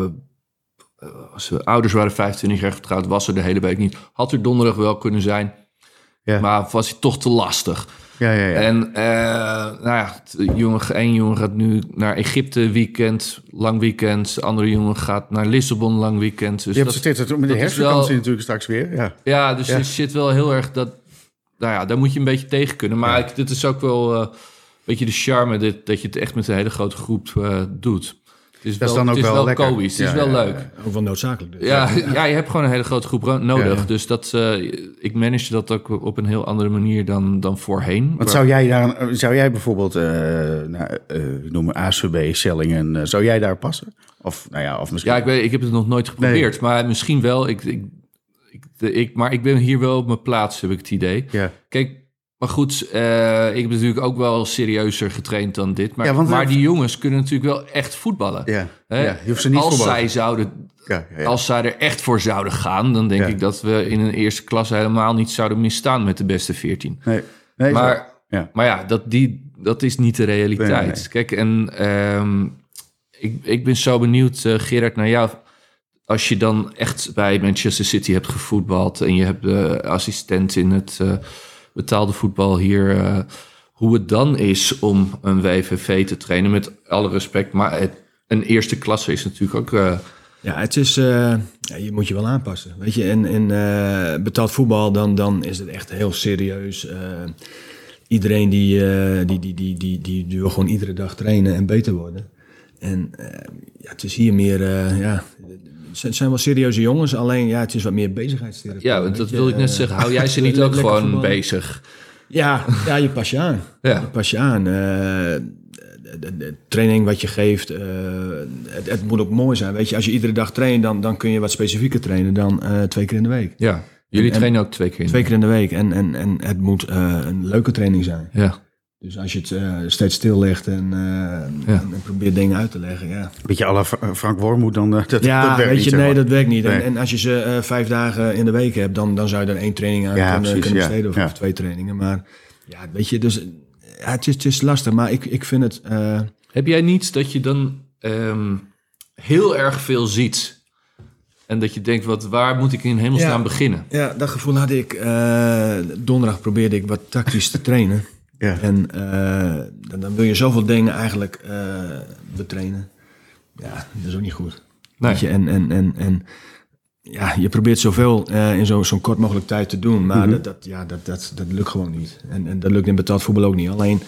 [SPEAKER 1] zijn ouders waren 25 jaar getrouwd, was er de hele week niet. Had er donderdag wel kunnen zijn,
[SPEAKER 2] Ja.
[SPEAKER 1] maar was hij toch te lastig.
[SPEAKER 2] ja, ja, ja.
[SPEAKER 1] En eh, nou ja, t- jongen, één jongen gaat nu naar Egypte weekend, lang weekend. De andere jongen gaat naar Lissabon, lang weekend. Dus
[SPEAKER 2] je hebt
[SPEAKER 1] dat-
[SPEAKER 2] steeds dat, met de
[SPEAKER 1] dat is
[SPEAKER 2] herfstvakantie
[SPEAKER 1] wel-
[SPEAKER 2] natuurlijk straks weer. Ja.
[SPEAKER 1] ja, dus
[SPEAKER 2] Ja.
[SPEAKER 1] er zit wel heel erg dat. Nou ja, daar moet je een beetje tegen kunnen. Maar ik, dit is ook wel eh, een beetje de charme dit, dat je het echt met een hele grote groep eh, doet. Het is
[SPEAKER 2] Dat
[SPEAKER 1] wel,
[SPEAKER 2] is dan ook
[SPEAKER 1] het is
[SPEAKER 2] wel
[SPEAKER 1] wel
[SPEAKER 2] lekker.
[SPEAKER 1] komisch, het
[SPEAKER 2] Ja,
[SPEAKER 1] is wel
[SPEAKER 2] ja, ja.
[SPEAKER 1] leuk.
[SPEAKER 3] Ook wel noodzakelijk. Dus.
[SPEAKER 1] Ja, ja. je hebt gewoon een hele grote groep ro- nodig.
[SPEAKER 2] Ja.
[SPEAKER 1] Dus dat, eh, ik manage dat ook op een heel andere manier dan, dan voorheen.
[SPEAKER 2] Want zou jij, daar, zou jij bijvoorbeeld, eh nou, eh, noem maar ACB, Sellingen, eh, zou jij daar passen? Of, nou ja, of misschien...
[SPEAKER 1] Ja, ik, weet, ik heb het nog nooit geprobeerd. Maar misschien wel. Ik, ik, ik, ik, maar ik ben hier wel op mijn plaats, heb ik het idee.
[SPEAKER 2] Ja.
[SPEAKER 1] Kijk, Maar goed, eh, ik heb natuurlijk ook wel serieuzer getraind dan dit. Maar,
[SPEAKER 2] Ja, want-
[SPEAKER 1] maar die jongens kunnen natuurlijk wel echt voetballen.
[SPEAKER 2] Ja,
[SPEAKER 1] Hè?
[SPEAKER 2] ja, je hoeft ze niet
[SPEAKER 1] als
[SPEAKER 2] verborgen.
[SPEAKER 1] zij zouden,
[SPEAKER 2] Ja, ja, ja.
[SPEAKER 1] Als zij er echt voor zouden gaan, dan denk
[SPEAKER 2] Ja.
[SPEAKER 1] ik dat we in een eerste klas helemaal niet zouden misstaan met de beste 14.
[SPEAKER 2] Nee, nee, zo.
[SPEAKER 1] maar
[SPEAKER 2] Ja.
[SPEAKER 1] ja, maar ja dat, die, dat is niet de realiteit.
[SPEAKER 2] Nee, nee, nee.
[SPEAKER 1] Kijk, en ehm, ik, ik ben zo benieuwd, eh, Gerard, naar jou. Als je dan echt bij Manchester City hebt gevoetbald en je hebt de assistent in het eh, betaalde voetbal hier. eh, hoe het dan is om een WVV te trainen, met alle respect. Maar het- een eerste klasse is natuurlijk ook. eh,
[SPEAKER 3] Ja, het is, eh, ja, je moet je wel aanpassen. Weet je, in, in eh, betaald voetbal, dan, dan is het echt heel serieus. Eh, iedereen die, eh, die, die, die, die, die, die wil gewoon iedere dag trainen en beter worden. En eh, ja, het is hier meer, eh, ja, het zijn- het zijn wel serieuze jongens, alleen ja, het is wat meer bezigheidstherapie.
[SPEAKER 1] Ja, want
[SPEAKER 3] weet
[SPEAKER 1] dat
[SPEAKER 3] je.
[SPEAKER 1] wil ik net
[SPEAKER 3] Eh,
[SPEAKER 1] zeggen. Hou jij ze niet ook
[SPEAKER 3] lekker
[SPEAKER 1] gewoon
[SPEAKER 3] voetballen.
[SPEAKER 1] bezig?
[SPEAKER 3] Ja, ja, je pas je aan.
[SPEAKER 1] Ja.
[SPEAKER 3] Pas je aan. Eh, de, de- de training wat je geeft, eh, het, het moet ook mooi zijn. Weet je, als je iedere dag traint, dan, dan kun je wat specifieker trainen dan eh, twee keer in de week.
[SPEAKER 1] ja. Jullie
[SPEAKER 3] En- en-
[SPEAKER 1] trainen ook twee keer in.
[SPEAKER 3] Twee keer in de week. En, en, en het moet eh, een leuke training zijn.
[SPEAKER 1] Ja.
[SPEAKER 3] Dus als je het eh, steeds stil legt en, eh, en, en probeert dingen uit te leggen, ja.
[SPEAKER 2] Beetje alle Frank Wormoed dan. eh, Dat,
[SPEAKER 3] Ja,
[SPEAKER 2] dat werkt
[SPEAKER 3] weet
[SPEAKER 2] niet,
[SPEAKER 3] je,
[SPEAKER 2] zeg
[SPEAKER 3] nee,
[SPEAKER 2] maar.
[SPEAKER 3] dat werkt niet.
[SPEAKER 2] Nee.
[SPEAKER 3] En, en als je ze eh, vijf dagen in de week hebt, dan, dan zou je er één training aan
[SPEAKER 2] Ja,
[SPEAKER 3] kunnen,
[SPEAKER 2] precies,
[SPEAKER 3] kunnen
[SPEAKER 2] ja,
[SPEAKER 3] besteden of,
[SPEAKER 2] ja.
[SPEAKER 3] of twee trainingen. Maar ja, weet je, dus ja, het, is, het is lastig. Maar ik, ik vind het, eh,
[SPEAKER 1] Heb jij niet dat je dan ehm, heel erg veel ziet? En dat je denkt, wat, waar moet ik in hemelsnaam
[SPEAKER 3] Ja.
[SPEAKER 1] beginnen?
[SPEAKER 3] ja, dat gevoel had ik. eh, donderdag probeerde ik wat tactisch te trainen.
[SPEAKER 2] Ja.
[SPEAKER 3] En eh, dan, dan wil je zoveel dingen eigenlijk eh betrainen. Ja, dat is ook niet goed.
[SPEAKER 1] Nee.
[SPEAKER 3] Weet je, en, en, en, en ja, je probeert zoveel eh, in zo, zo'n kort mogelijk tijd te doen. Maar
[SPEAKER 1] Mhm.
[SPEAKER 3] dat, dat, ja, dat, dat, dat lukt gewoon niet. En, en dat lukt in betaald voetbal ook niet. Alleen,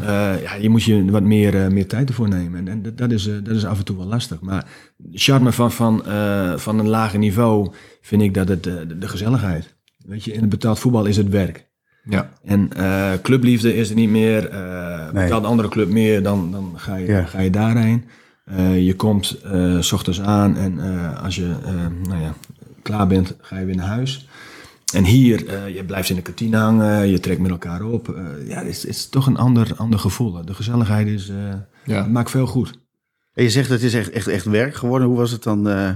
[SPEAKER 3] eh, ja, je moet je wat meer, eh, meer tijd ervoor nemen. En, en dat, dat, is, eh, dat is af en toe wel lastig. Maar de charme van, van, eh, van een lager niveau vind ik dat het eh, de, de gezelligheid. Weet je, in het betaald voetbal is het werk.
[SPEAKER 1] Ja.
[SPEAKER 3] En eh, clubliefde is er niet meer. eh
[SPEAKER 2] Nee.
[SPEAKER 3] Betaalt een andere club meer, dan, dan ga, je,
[SPEAKER 2] Ja.
[SPEAKER 3] ga je daarheen. Eh, je komt eh, s ochtends aan en eh, als je eh, nou ja, klaar bent, ga je weer naar huis. En hier, eh, je blijft in de kantine hangen, je trekt met elkaar op. Eh, ja, het is, het is toch een ander, ander gevoel. De gezelligheid is, eh,
[SPEAKER 1] Ja.
[SPEAKER 3] maakt veel goed.
[SPEAKER 2] En je zegt dat het is echt, echt, echt werk geworden. Hoe was het dan eh,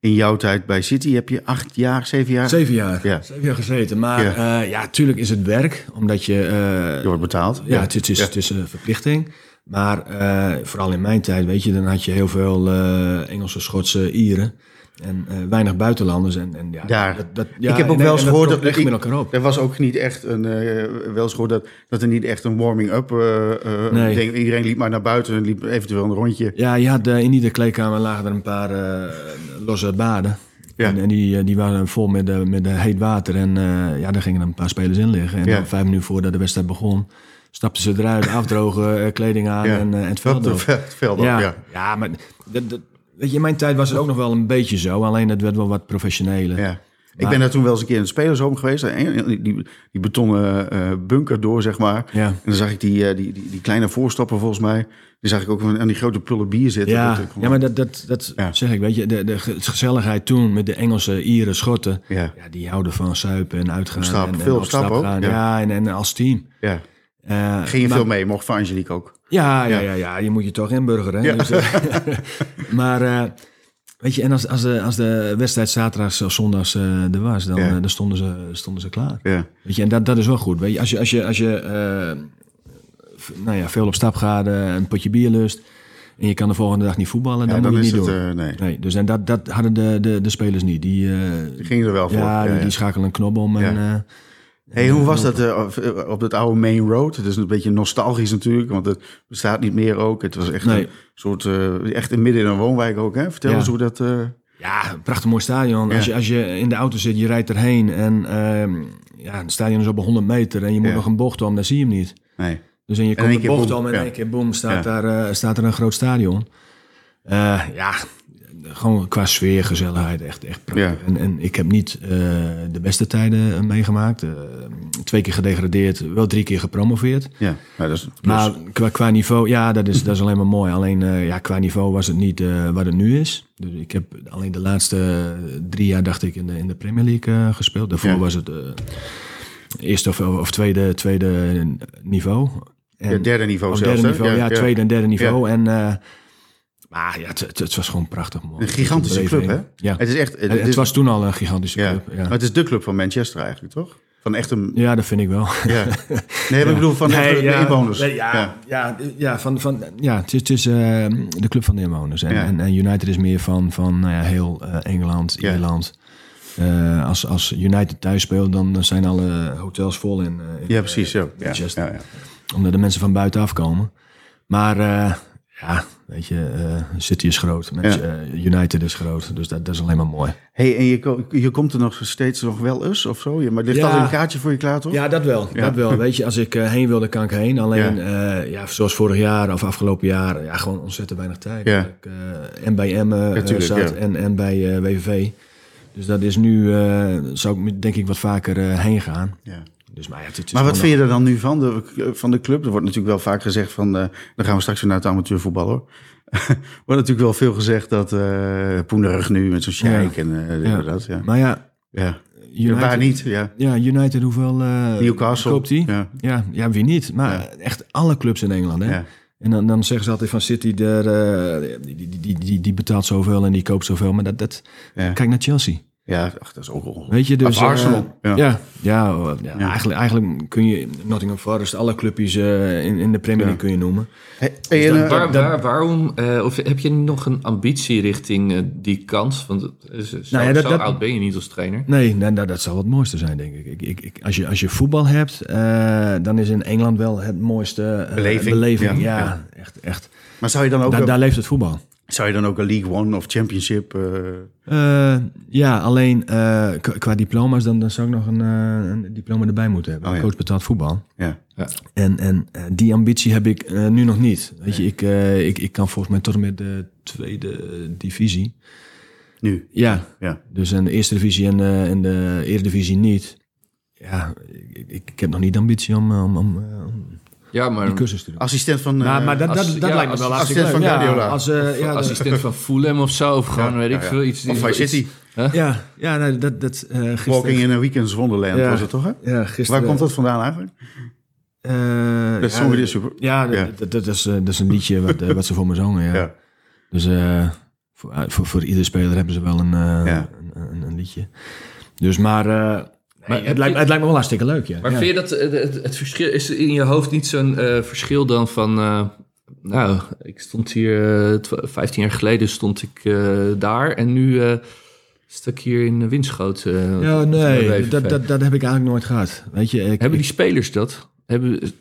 [SPEAKER 2] in jouw tijd bij City? Heb je acht jaar, zeven jaar?
[SPEAKER 3] Zeven jaar.
[SPEAKER 2] Ja.
[SPEAKER 3] Zeven jaar gezeten. Maar
[SPEAKER 2] Ja.
[SPEAKER 3] ja, ja tuurlijk is het werk, omdat je eh,
[SPEAKER 2] Je wordt betaald.
[SPEAKER 3] Ja, het is,
[SPEAKER 2] Ja.
[SPEAKER 3] het is een verplichting. Maar eh, vooral in mijn tijd, weet je, dan had je heel veel eh Engelse, Schotse, Ieren. En eh, weinig buitenlanders. En, en ja,
[SPEAKER 2] Daar.
[SPEAKER 3] Dat, dat- ja,
[SPEAKER 2] ik heb ook
[SPEAKER 3] en- en
[SPEAKER 2] wel eens
[SPEAKER 3] dat
[SPEAKER 2] gehoord
[SPEAKER 3] komt
[SPEAKER 2] dat
[SPEAKER 3] echt met elkaar op.
[SPEAKER 2] Er was ook niet echt een, eh, wel eens gehoord dat, dat er niet echt een warming-up. eh, eh,
[SPEAKER 3] Nee.
[SPEAKER 2] ding- Iedereen liep maar naar buiten en liep eventueel een rondje.
[SPEAKER 3] Ja, je had, eh, in iedere kleedkamer lagen er een paar eh, losse baden.
[SPEAKER 2] Ja.
[SPEAKER 3] En, en die, eh, die waren vol met, eh, met eh, heet water. En eh, ja, daar gingen dan een paar spelers in liggen. En
[SPEAKER 2] Ja.
[SPEAKER 3] dan vijf minuten voordat de wedstrijd begon, stapten ze eruit, afdrogen, eh, kleding aan
[SPEAKER 2] Ja.
[SPEAKER 3] en, eh, en het veld
[SPEAKER 2] Op
[SPEAKER 3] op.
[SPEAKER 2] het veld- het veld op, ja.
[SPEAKER 3] ja, ja. maar dat, dat, weet je, in mijn tijd was het ook nog wel een beetje zo. Alleen het werd wel wat professioneler.
[SPEAKER 2] Ja. Ik ben daar toen wel eens een keer in het spelershome geweest. En Die, die, die betonnen eh, bunker door, zeg maar.
[SPEAKER 3] Ja.
[SPEAKER 2] En dan zag ik die, eh, die, die, die kleine voorstappen volgens mij. Die zag ik ook aan die grote pullen bier zitten.
[SPEAKER 3] Ja,
[SPEAKER 2] Dat, eh,
[SPEAKER 3] ja, maar dat, dat, dat
[SPEAKER 2] Ja.
[SPEAKER 3] zeg ik. Weet je, de, de ge- de gezelligheid toen met de Engelsen, Ieren, Schotten.
[SPEAKER 2] Ja.
[SPEAKER 3] die houden van suipen en uitgaan.
[SPEAKER 2] stap,
[SPEAKER 3] en, en
[SPEAKER 2] veel op stap ook,
[SPEAKER 3] gaan.
[SPEAKER 2] ja.
[SPEAKER 3] Ja, en, en als team.
[SPEAKER 2] ja.
[SPEAKER 3] Eh,
[SPEAKER 2] Ging je
[SPEAKER 3] maar-
[SPEAKER 2] veel mee, mocht van Angelique ook.
[SPEAKER 3] Ja, ja,
[SPEAKER 2] Ja.
[SPEAKER 3] ja, ja, je moet je toch inburgeren. Hè? Dus, eh, maar eh, weet je, en als, als, de, als de wedstrijd zaterdags of zondags eh, er was, dan,
[SPEAKER 2] Ja.
[SPEAKER 3] eh, dan stonden, ze, stonden ze klaar.
[SPEAKER 2] Ja.
[SPEAKER 3] Weet je, en dat, dat is wel goed. Weet je, als je, als je, als je eh, v- nou ja, veel op stap gaat, eh, een potje bier lust en je kan de volgende dag niet voetballen,
[SPEAKER 2] Ja,
[SPEAKER 3] dan, moet je niet doen.
[SPEAKER 2] eh, nee.
[SPEAKER 3] nee, dus en dat, dat hadden de, de, de spelers niet. Die, eh,
[SPEAKER 2] Die gingen er wel voor.
[SPEAKER 3] ja, die,
[SPEAKER 2] Ja, ja.
[SPEAKER 3] die schakelen een knop om. En, eh,
[SPEAKER 2] Hey, hoe was dat eh, op- op dat oude Main Road? Het is een beetje nostalgisch natuurlijk, want het bestaat niet meer ook. Het was echt
[SPEAKER 3] Nee.
[SPEAKER 2] een soort, eh, echt in midden in een woonwijk ook. Hè? Vertel
[SPEAKER 3] Ja.
[SPEAKER 2] eens hoe dat... eh,
[SPEAKER 3] Ja, een prachtig mooi stadion. Als,
[SPEAKER 2] Ja.
[SPEAKER 3] je, als je in de auto zit, je rijdt erheen en ehm, ja, het stadion is op 100 meter en je moet
[SPEAKER 2] Ja.
[SPEAKER 3] nog een bocht om, dan zie je hem niet.
[SPEAKER 2] nee.
[SPEAKER 3] Dus en je
[SPEAKER 2] één
[SPEAKER 3] komt de
[SPEAKER 2] keer
[SPEAKER 3] bocht
[SPEAKER 2] boem,
[SPEAKER 3] om en
[SPEAKER 2] ja.
[SPEAKER 3] in één keer boem, staat,
[SPEAKER 2] Ja.
[SPEAKER 3] daar, eh, staat er een groot stadion. Eh, ja, gewoon qua sfeer, gezelligheid, echt, echt prachtig.
[SPEAKER 2] Ja.
[SPEAKER 3] En, en ik heb niet eh, de beste tijden eh, meegemaakt. Eh, twee keer gedegradeerd, wel drie keer gepromoveerd.
[SPEAKER 2] Ja, nou, dat is een plus.
[SPEAKER 3] Maar qua, qua niveau, ja, dat is, dat is alleen maar mooi. Alleen eh, ja, qua niveau was het niet eh, wat het nu is. Dus ik heb alleen de laatste drie jaar, dacht ik, in de, in de Premier League eh, gespeeld. Daarvoor
[SPEAKER 2] Ja.
[SPEAKER 3] was het eh, eerste of, of tweede, tweede niveau. En,
[SPEAKER 2] Ja, derde niveau
[SPEAKER 3] of
[SPEAKER 2] zelfs.
[SPEAKER 3] derde
[SPEAKER 2] hè?
[SPEAKER 3] niveau, ja, tweede en derde niveau. En, eh, maar Ah, ja, het, het, het was gewoon prachtig. Man.
[SPEAKER 2] Een gigantische club, hè?
[SPEAKER 3] Ja.
[SPEAKER 2] Het is echt... Het,
[SPEAKER 3] Het, het
[SPEAKER 2] is-
[SPEAKER 3] was toen al een gigantische
[SPEAKER 2] ja.
[SPEAKER 3] club.
[SPEAKER 2] Maar
[SPEAKER 3] Ja.
[SPEAKER 2] het is de club van Manchester eigenlijk, toch? Van echt een...
[SPEAKER 3] ja, dat vind ik wel.
[SPEAKER 2] Ja. Nee, maar ik bedoel van echt de- de inwoners.
[SPEAKER 3] nee, ja, ja. Ja, van, van, ja, het is, het is eh, de club van de inwoners. En,
[SPEAKER 2] Ja.
[SPEAKER 3] en, en United is meer van, van nou ja, heel eh, Engeland,
[SPEAKER 2] Ja.
[SPEAKER 3] Ierland. Eh, als, als United thuis speelt, dan zijn alle hotels vol in, eh, in
[SPEAKER 2] Ja, precies. Ja. Ja,
[SPEAKER 3] Manchester.
[SPEAKER 2] ja, ja.
[SPEAKER 3] Omdat de mensen van buitenaf komen. Maar eh, ja, weet je, eh, City is groot. Mens-
[SPEAKER 2] Ja.
[SPEAKER 3] eh, United is groot. Dus dat, dat is alleen maar mooi.
[SPEAKER 2] hey, en je, ko- je komt er nog steeds nog wel eens of zo? Ja, maar ligt
[SPEAKER 3] Ja.
[SPEAKER 2] altijd een kaartje voor je klaar, toch?
[SPEAKER 3] Ja, dat wel.
[SPEAKER 2] Ja.
[SPEAKER 3] Dat wel. Weet je, als ik eh, heen wil, dan kan ik heen. Alleen, ja. ja, zoals vorig jaar of afgelopen jaar, ja, gewoon ontzettend weinig tijd.
[SPEAKER 2] Ja.
[SPEAKER 3] Ik, eh, en bij Emmen eh,
[SPEAKER 2] tuurlijk,
[SPEAKER 3] zat
[SPEAKER 2] ja.
[SPEAKER 3] en, en bij eh, WVV. Dus dat is nu, eh, zou ik denk ik wat vaker eh, heen gaan.
[SPEAKER 2] Ja.
[SPEAKER 3] Dus, maar ja, het, het is
[SPEAKER 2] Maar wat
[SPEAKER 3] gewoon
[SPEAKER 2] vind je er dan nu van, de, van de club? Er wordt natuurlijk wel vaak gezegd van... eh, dan gaan we straks weer naar het amateurvoetbal, hoor. er wordt natuurlijk wel veel gezegd dat eh Poenerig nu met zo'n sheik en eh, dit
[SPEAKER 3] Ja.
[SPEAKER 2] en dat. Ja.
[SPEAKER 3] nog- Maar ja,
[SPEAKER 2] Ja.
[SPEAKER 3] United,
[SPEAKER 2] Waar niet, ja.
[SPEAKER 3] Ja, United, hoeveel eh,
[SPEAKER 2] Newcastle.
[SPEAKER 3] koopt die?
[SPEAKER 2] Ja.
[SPEAKER 3] Ja. Ja, wie niet? Maar echt alle clubs in Engeland, hè?
[SPEAKER 2] Ja.
[SPEAKER 3] En dan, dan zeggen ze altijd van City, daar, eh, die, die, die, die, die betaalt zoveel en die koopt zoveel. Maar dat, dat,
[SPEAKER 2] Ja.
[SPEAKER 3] kijk naar Chelsea.
[SPEAKER 2] Ja, ach, dat is ook ongelooflijk.
[SPEAKER 3] Weet je, dus...
[SPEAKER 2] Of Arsenal,
[SPEAKER 3] eh,
[SPEAKER 2] ja.
[SPEAKER 3] ja. Ja, oh, ja,
[SPEAKER 2] Ja.
[SPEAKER 3] Eigenlijk, eigenlijk kun je Nottingham Forest, alle clubjes eh, in, in de Premier League kun je noemen.
[SPEAKER 2] Hey, hey,
[SPEAKER 3] Dus
[SPEAKER 2] en, eh,
[SPEAKER 1] Waar, waar- waarom, eh, of heb je nog een ambitie richting eh, die kans? Want het is- eh, zo,
[SPEAKER 3] Nou ja, dat-
[SPEAKER 1] zo
[SPEAKER 3] dat-
[SPEAKER 1] oud ben je niet als trainer.
[SPEAKER 3] Nee, nou, nou, dat zou wel het mooiste zijn, denk ik. ik, ik, ik- als, je, als je voetbal hebt, eh, dan is in Engeland wel het mooiste eh,
[SPEAKER 2] Beleving,
[SPEAKER 3] beleving.
[SPEAKER 2] ja.
[SPEAKER 3] Ja,
[SPEAKER 2] Ja.
[SPEAKER 3] echt. echt.
[SPEAKER 2] maar zou je, dan ook,
[SPEAKER 3] Daar-
[SPEAKER 2] een-
[SPEAKER 3] daar leeft het voetbal.
[SPEAKER 2] zou je dan ook een League One of Championship... eh,
[SPEAKER 3] Eh, ja, alleen eh, qua- qua diploma's, dan, dan zou ik nog een, eh, een diploma erbij moeten hebben.
[SPEAKER 2] Oh ja.
[SPEAKER 3] Coach betaald voetbal.
[SPEAKER 2] ja.
[SPEAKER 3] En, en eh, die ambitie heb ik eh, nu nog niet. Weet je, ik, eh, ik, ik kan volgens mij tot en met de tweede eh, divisie.
[SPEAKER 2] Nu,
[SPEAKER 3] Ja,
[SPEAKER 2] ja.
[SPEAKER 3] dus in de eerste divisie en, eh, en de eredivisie niet. Ja, ik, ik, ik heb nog niet de ambitie om, eh, om, om, eh, om
[SPEAKER 1] Ja, maar
[SPEAKER 3] die cursus te doen.
[SPEAKER 2] Assistent van...
[SPEAKER 3] Maar,
[SPEAKER 2] Ehm, eh,
[SPEAKER 3] Nou, maar dat,
[SPEAKER 1] als-
[SPEAKER 3] dat, dat
[SPEAKER 1] ja,
[SPEAKER 3] lijkt me
[SPEAKER 1] als-
[SPEAKER 3] wel
[SPEAKER 1] als
[SPEAKER 3] hartstikke
[SPEAKER 2] assistent
[SPEAKER 3] leuk.
[SPEAKER 2] van
[SPEAKER 3] Ja,
[SPEAKER 2] Guardiola.
[SPEAKER 3] als, eh, ja, dat-
[SPEAKER 1] assistent van Fulham of zo, of gewoon, weet ik
[SPEAKER 2] ja, ja.
[SPEAKER 1] veel, iets.
[SPEAKER 2] Of
[SPEAKER 1] iets-
[SPEAKER 2] Vice City.
[SPEAKER 3] ja, ja, nee, dat, dat eh, gisteren-
[SPEAKER 2] Walking in a Weekend's Wonderland
[SPEAKER 3] Ja.
[SPEAKER 2] was het toch, hè?
[SPEAKER 3] Ja, gisteren.
[SPEAKER 2] Waar komt dat vandaan eigenlijk?
[SPEAKER 3] Eh,
[SPEAKER 2] Dat
[SPEAKER 3] ja,
[SPEAKER 2] zongen die super.
[SPEAKER 3] Ja,
[SPEAKER 2] Ja.
[SPEAKER 3] dat- Dat, dat, is, eh, dat is een liedje wat, eh, wat ze voor me zongen. Ja.
[SPEAKER 2] Ja.
[SPEAKER 3] Dus eh, voor, eh, voor, voor ieder speler hebben ze wel een, eh,
[SPEAKER 2] Ja.
[SPEAKER 3] een, een, een liedje. Dus maar, eh,
[SPEAKER 1] Maar
[SPEAKER 3] het,
[SPEAKER 1] heb
[SPEAKER 3] lijkt,
[SPEAKER 1] je-
[SPEAKER 3] het lijkt me wel hartstikke leuk. Ja.
[SPEAKER 1] Maar
[SPEAKER 3] ja.
[SPEAKER 1] vind je dat eh, het, het verschil is er in je hoofd niet zo'n eh, verschil dan van. eh, nou, ik stond hier eh, twa- 15 jaar geleden stond ik eh, daar en nu eh stak ik hier in Winschoot. eh,
[SPEAKER 3] ja,
[SPEAKER 1] met de
[SPEAKER 3] nee,
[SPEAKER 1] WVV.
[SPEAKER 3] dat, dat, dat heb ik eigenlijk nooit gehad. Weet je, ik,
[SPEAKER 1] Hebben die spelers dat? Hebben,
[SPEAKER 3] ik,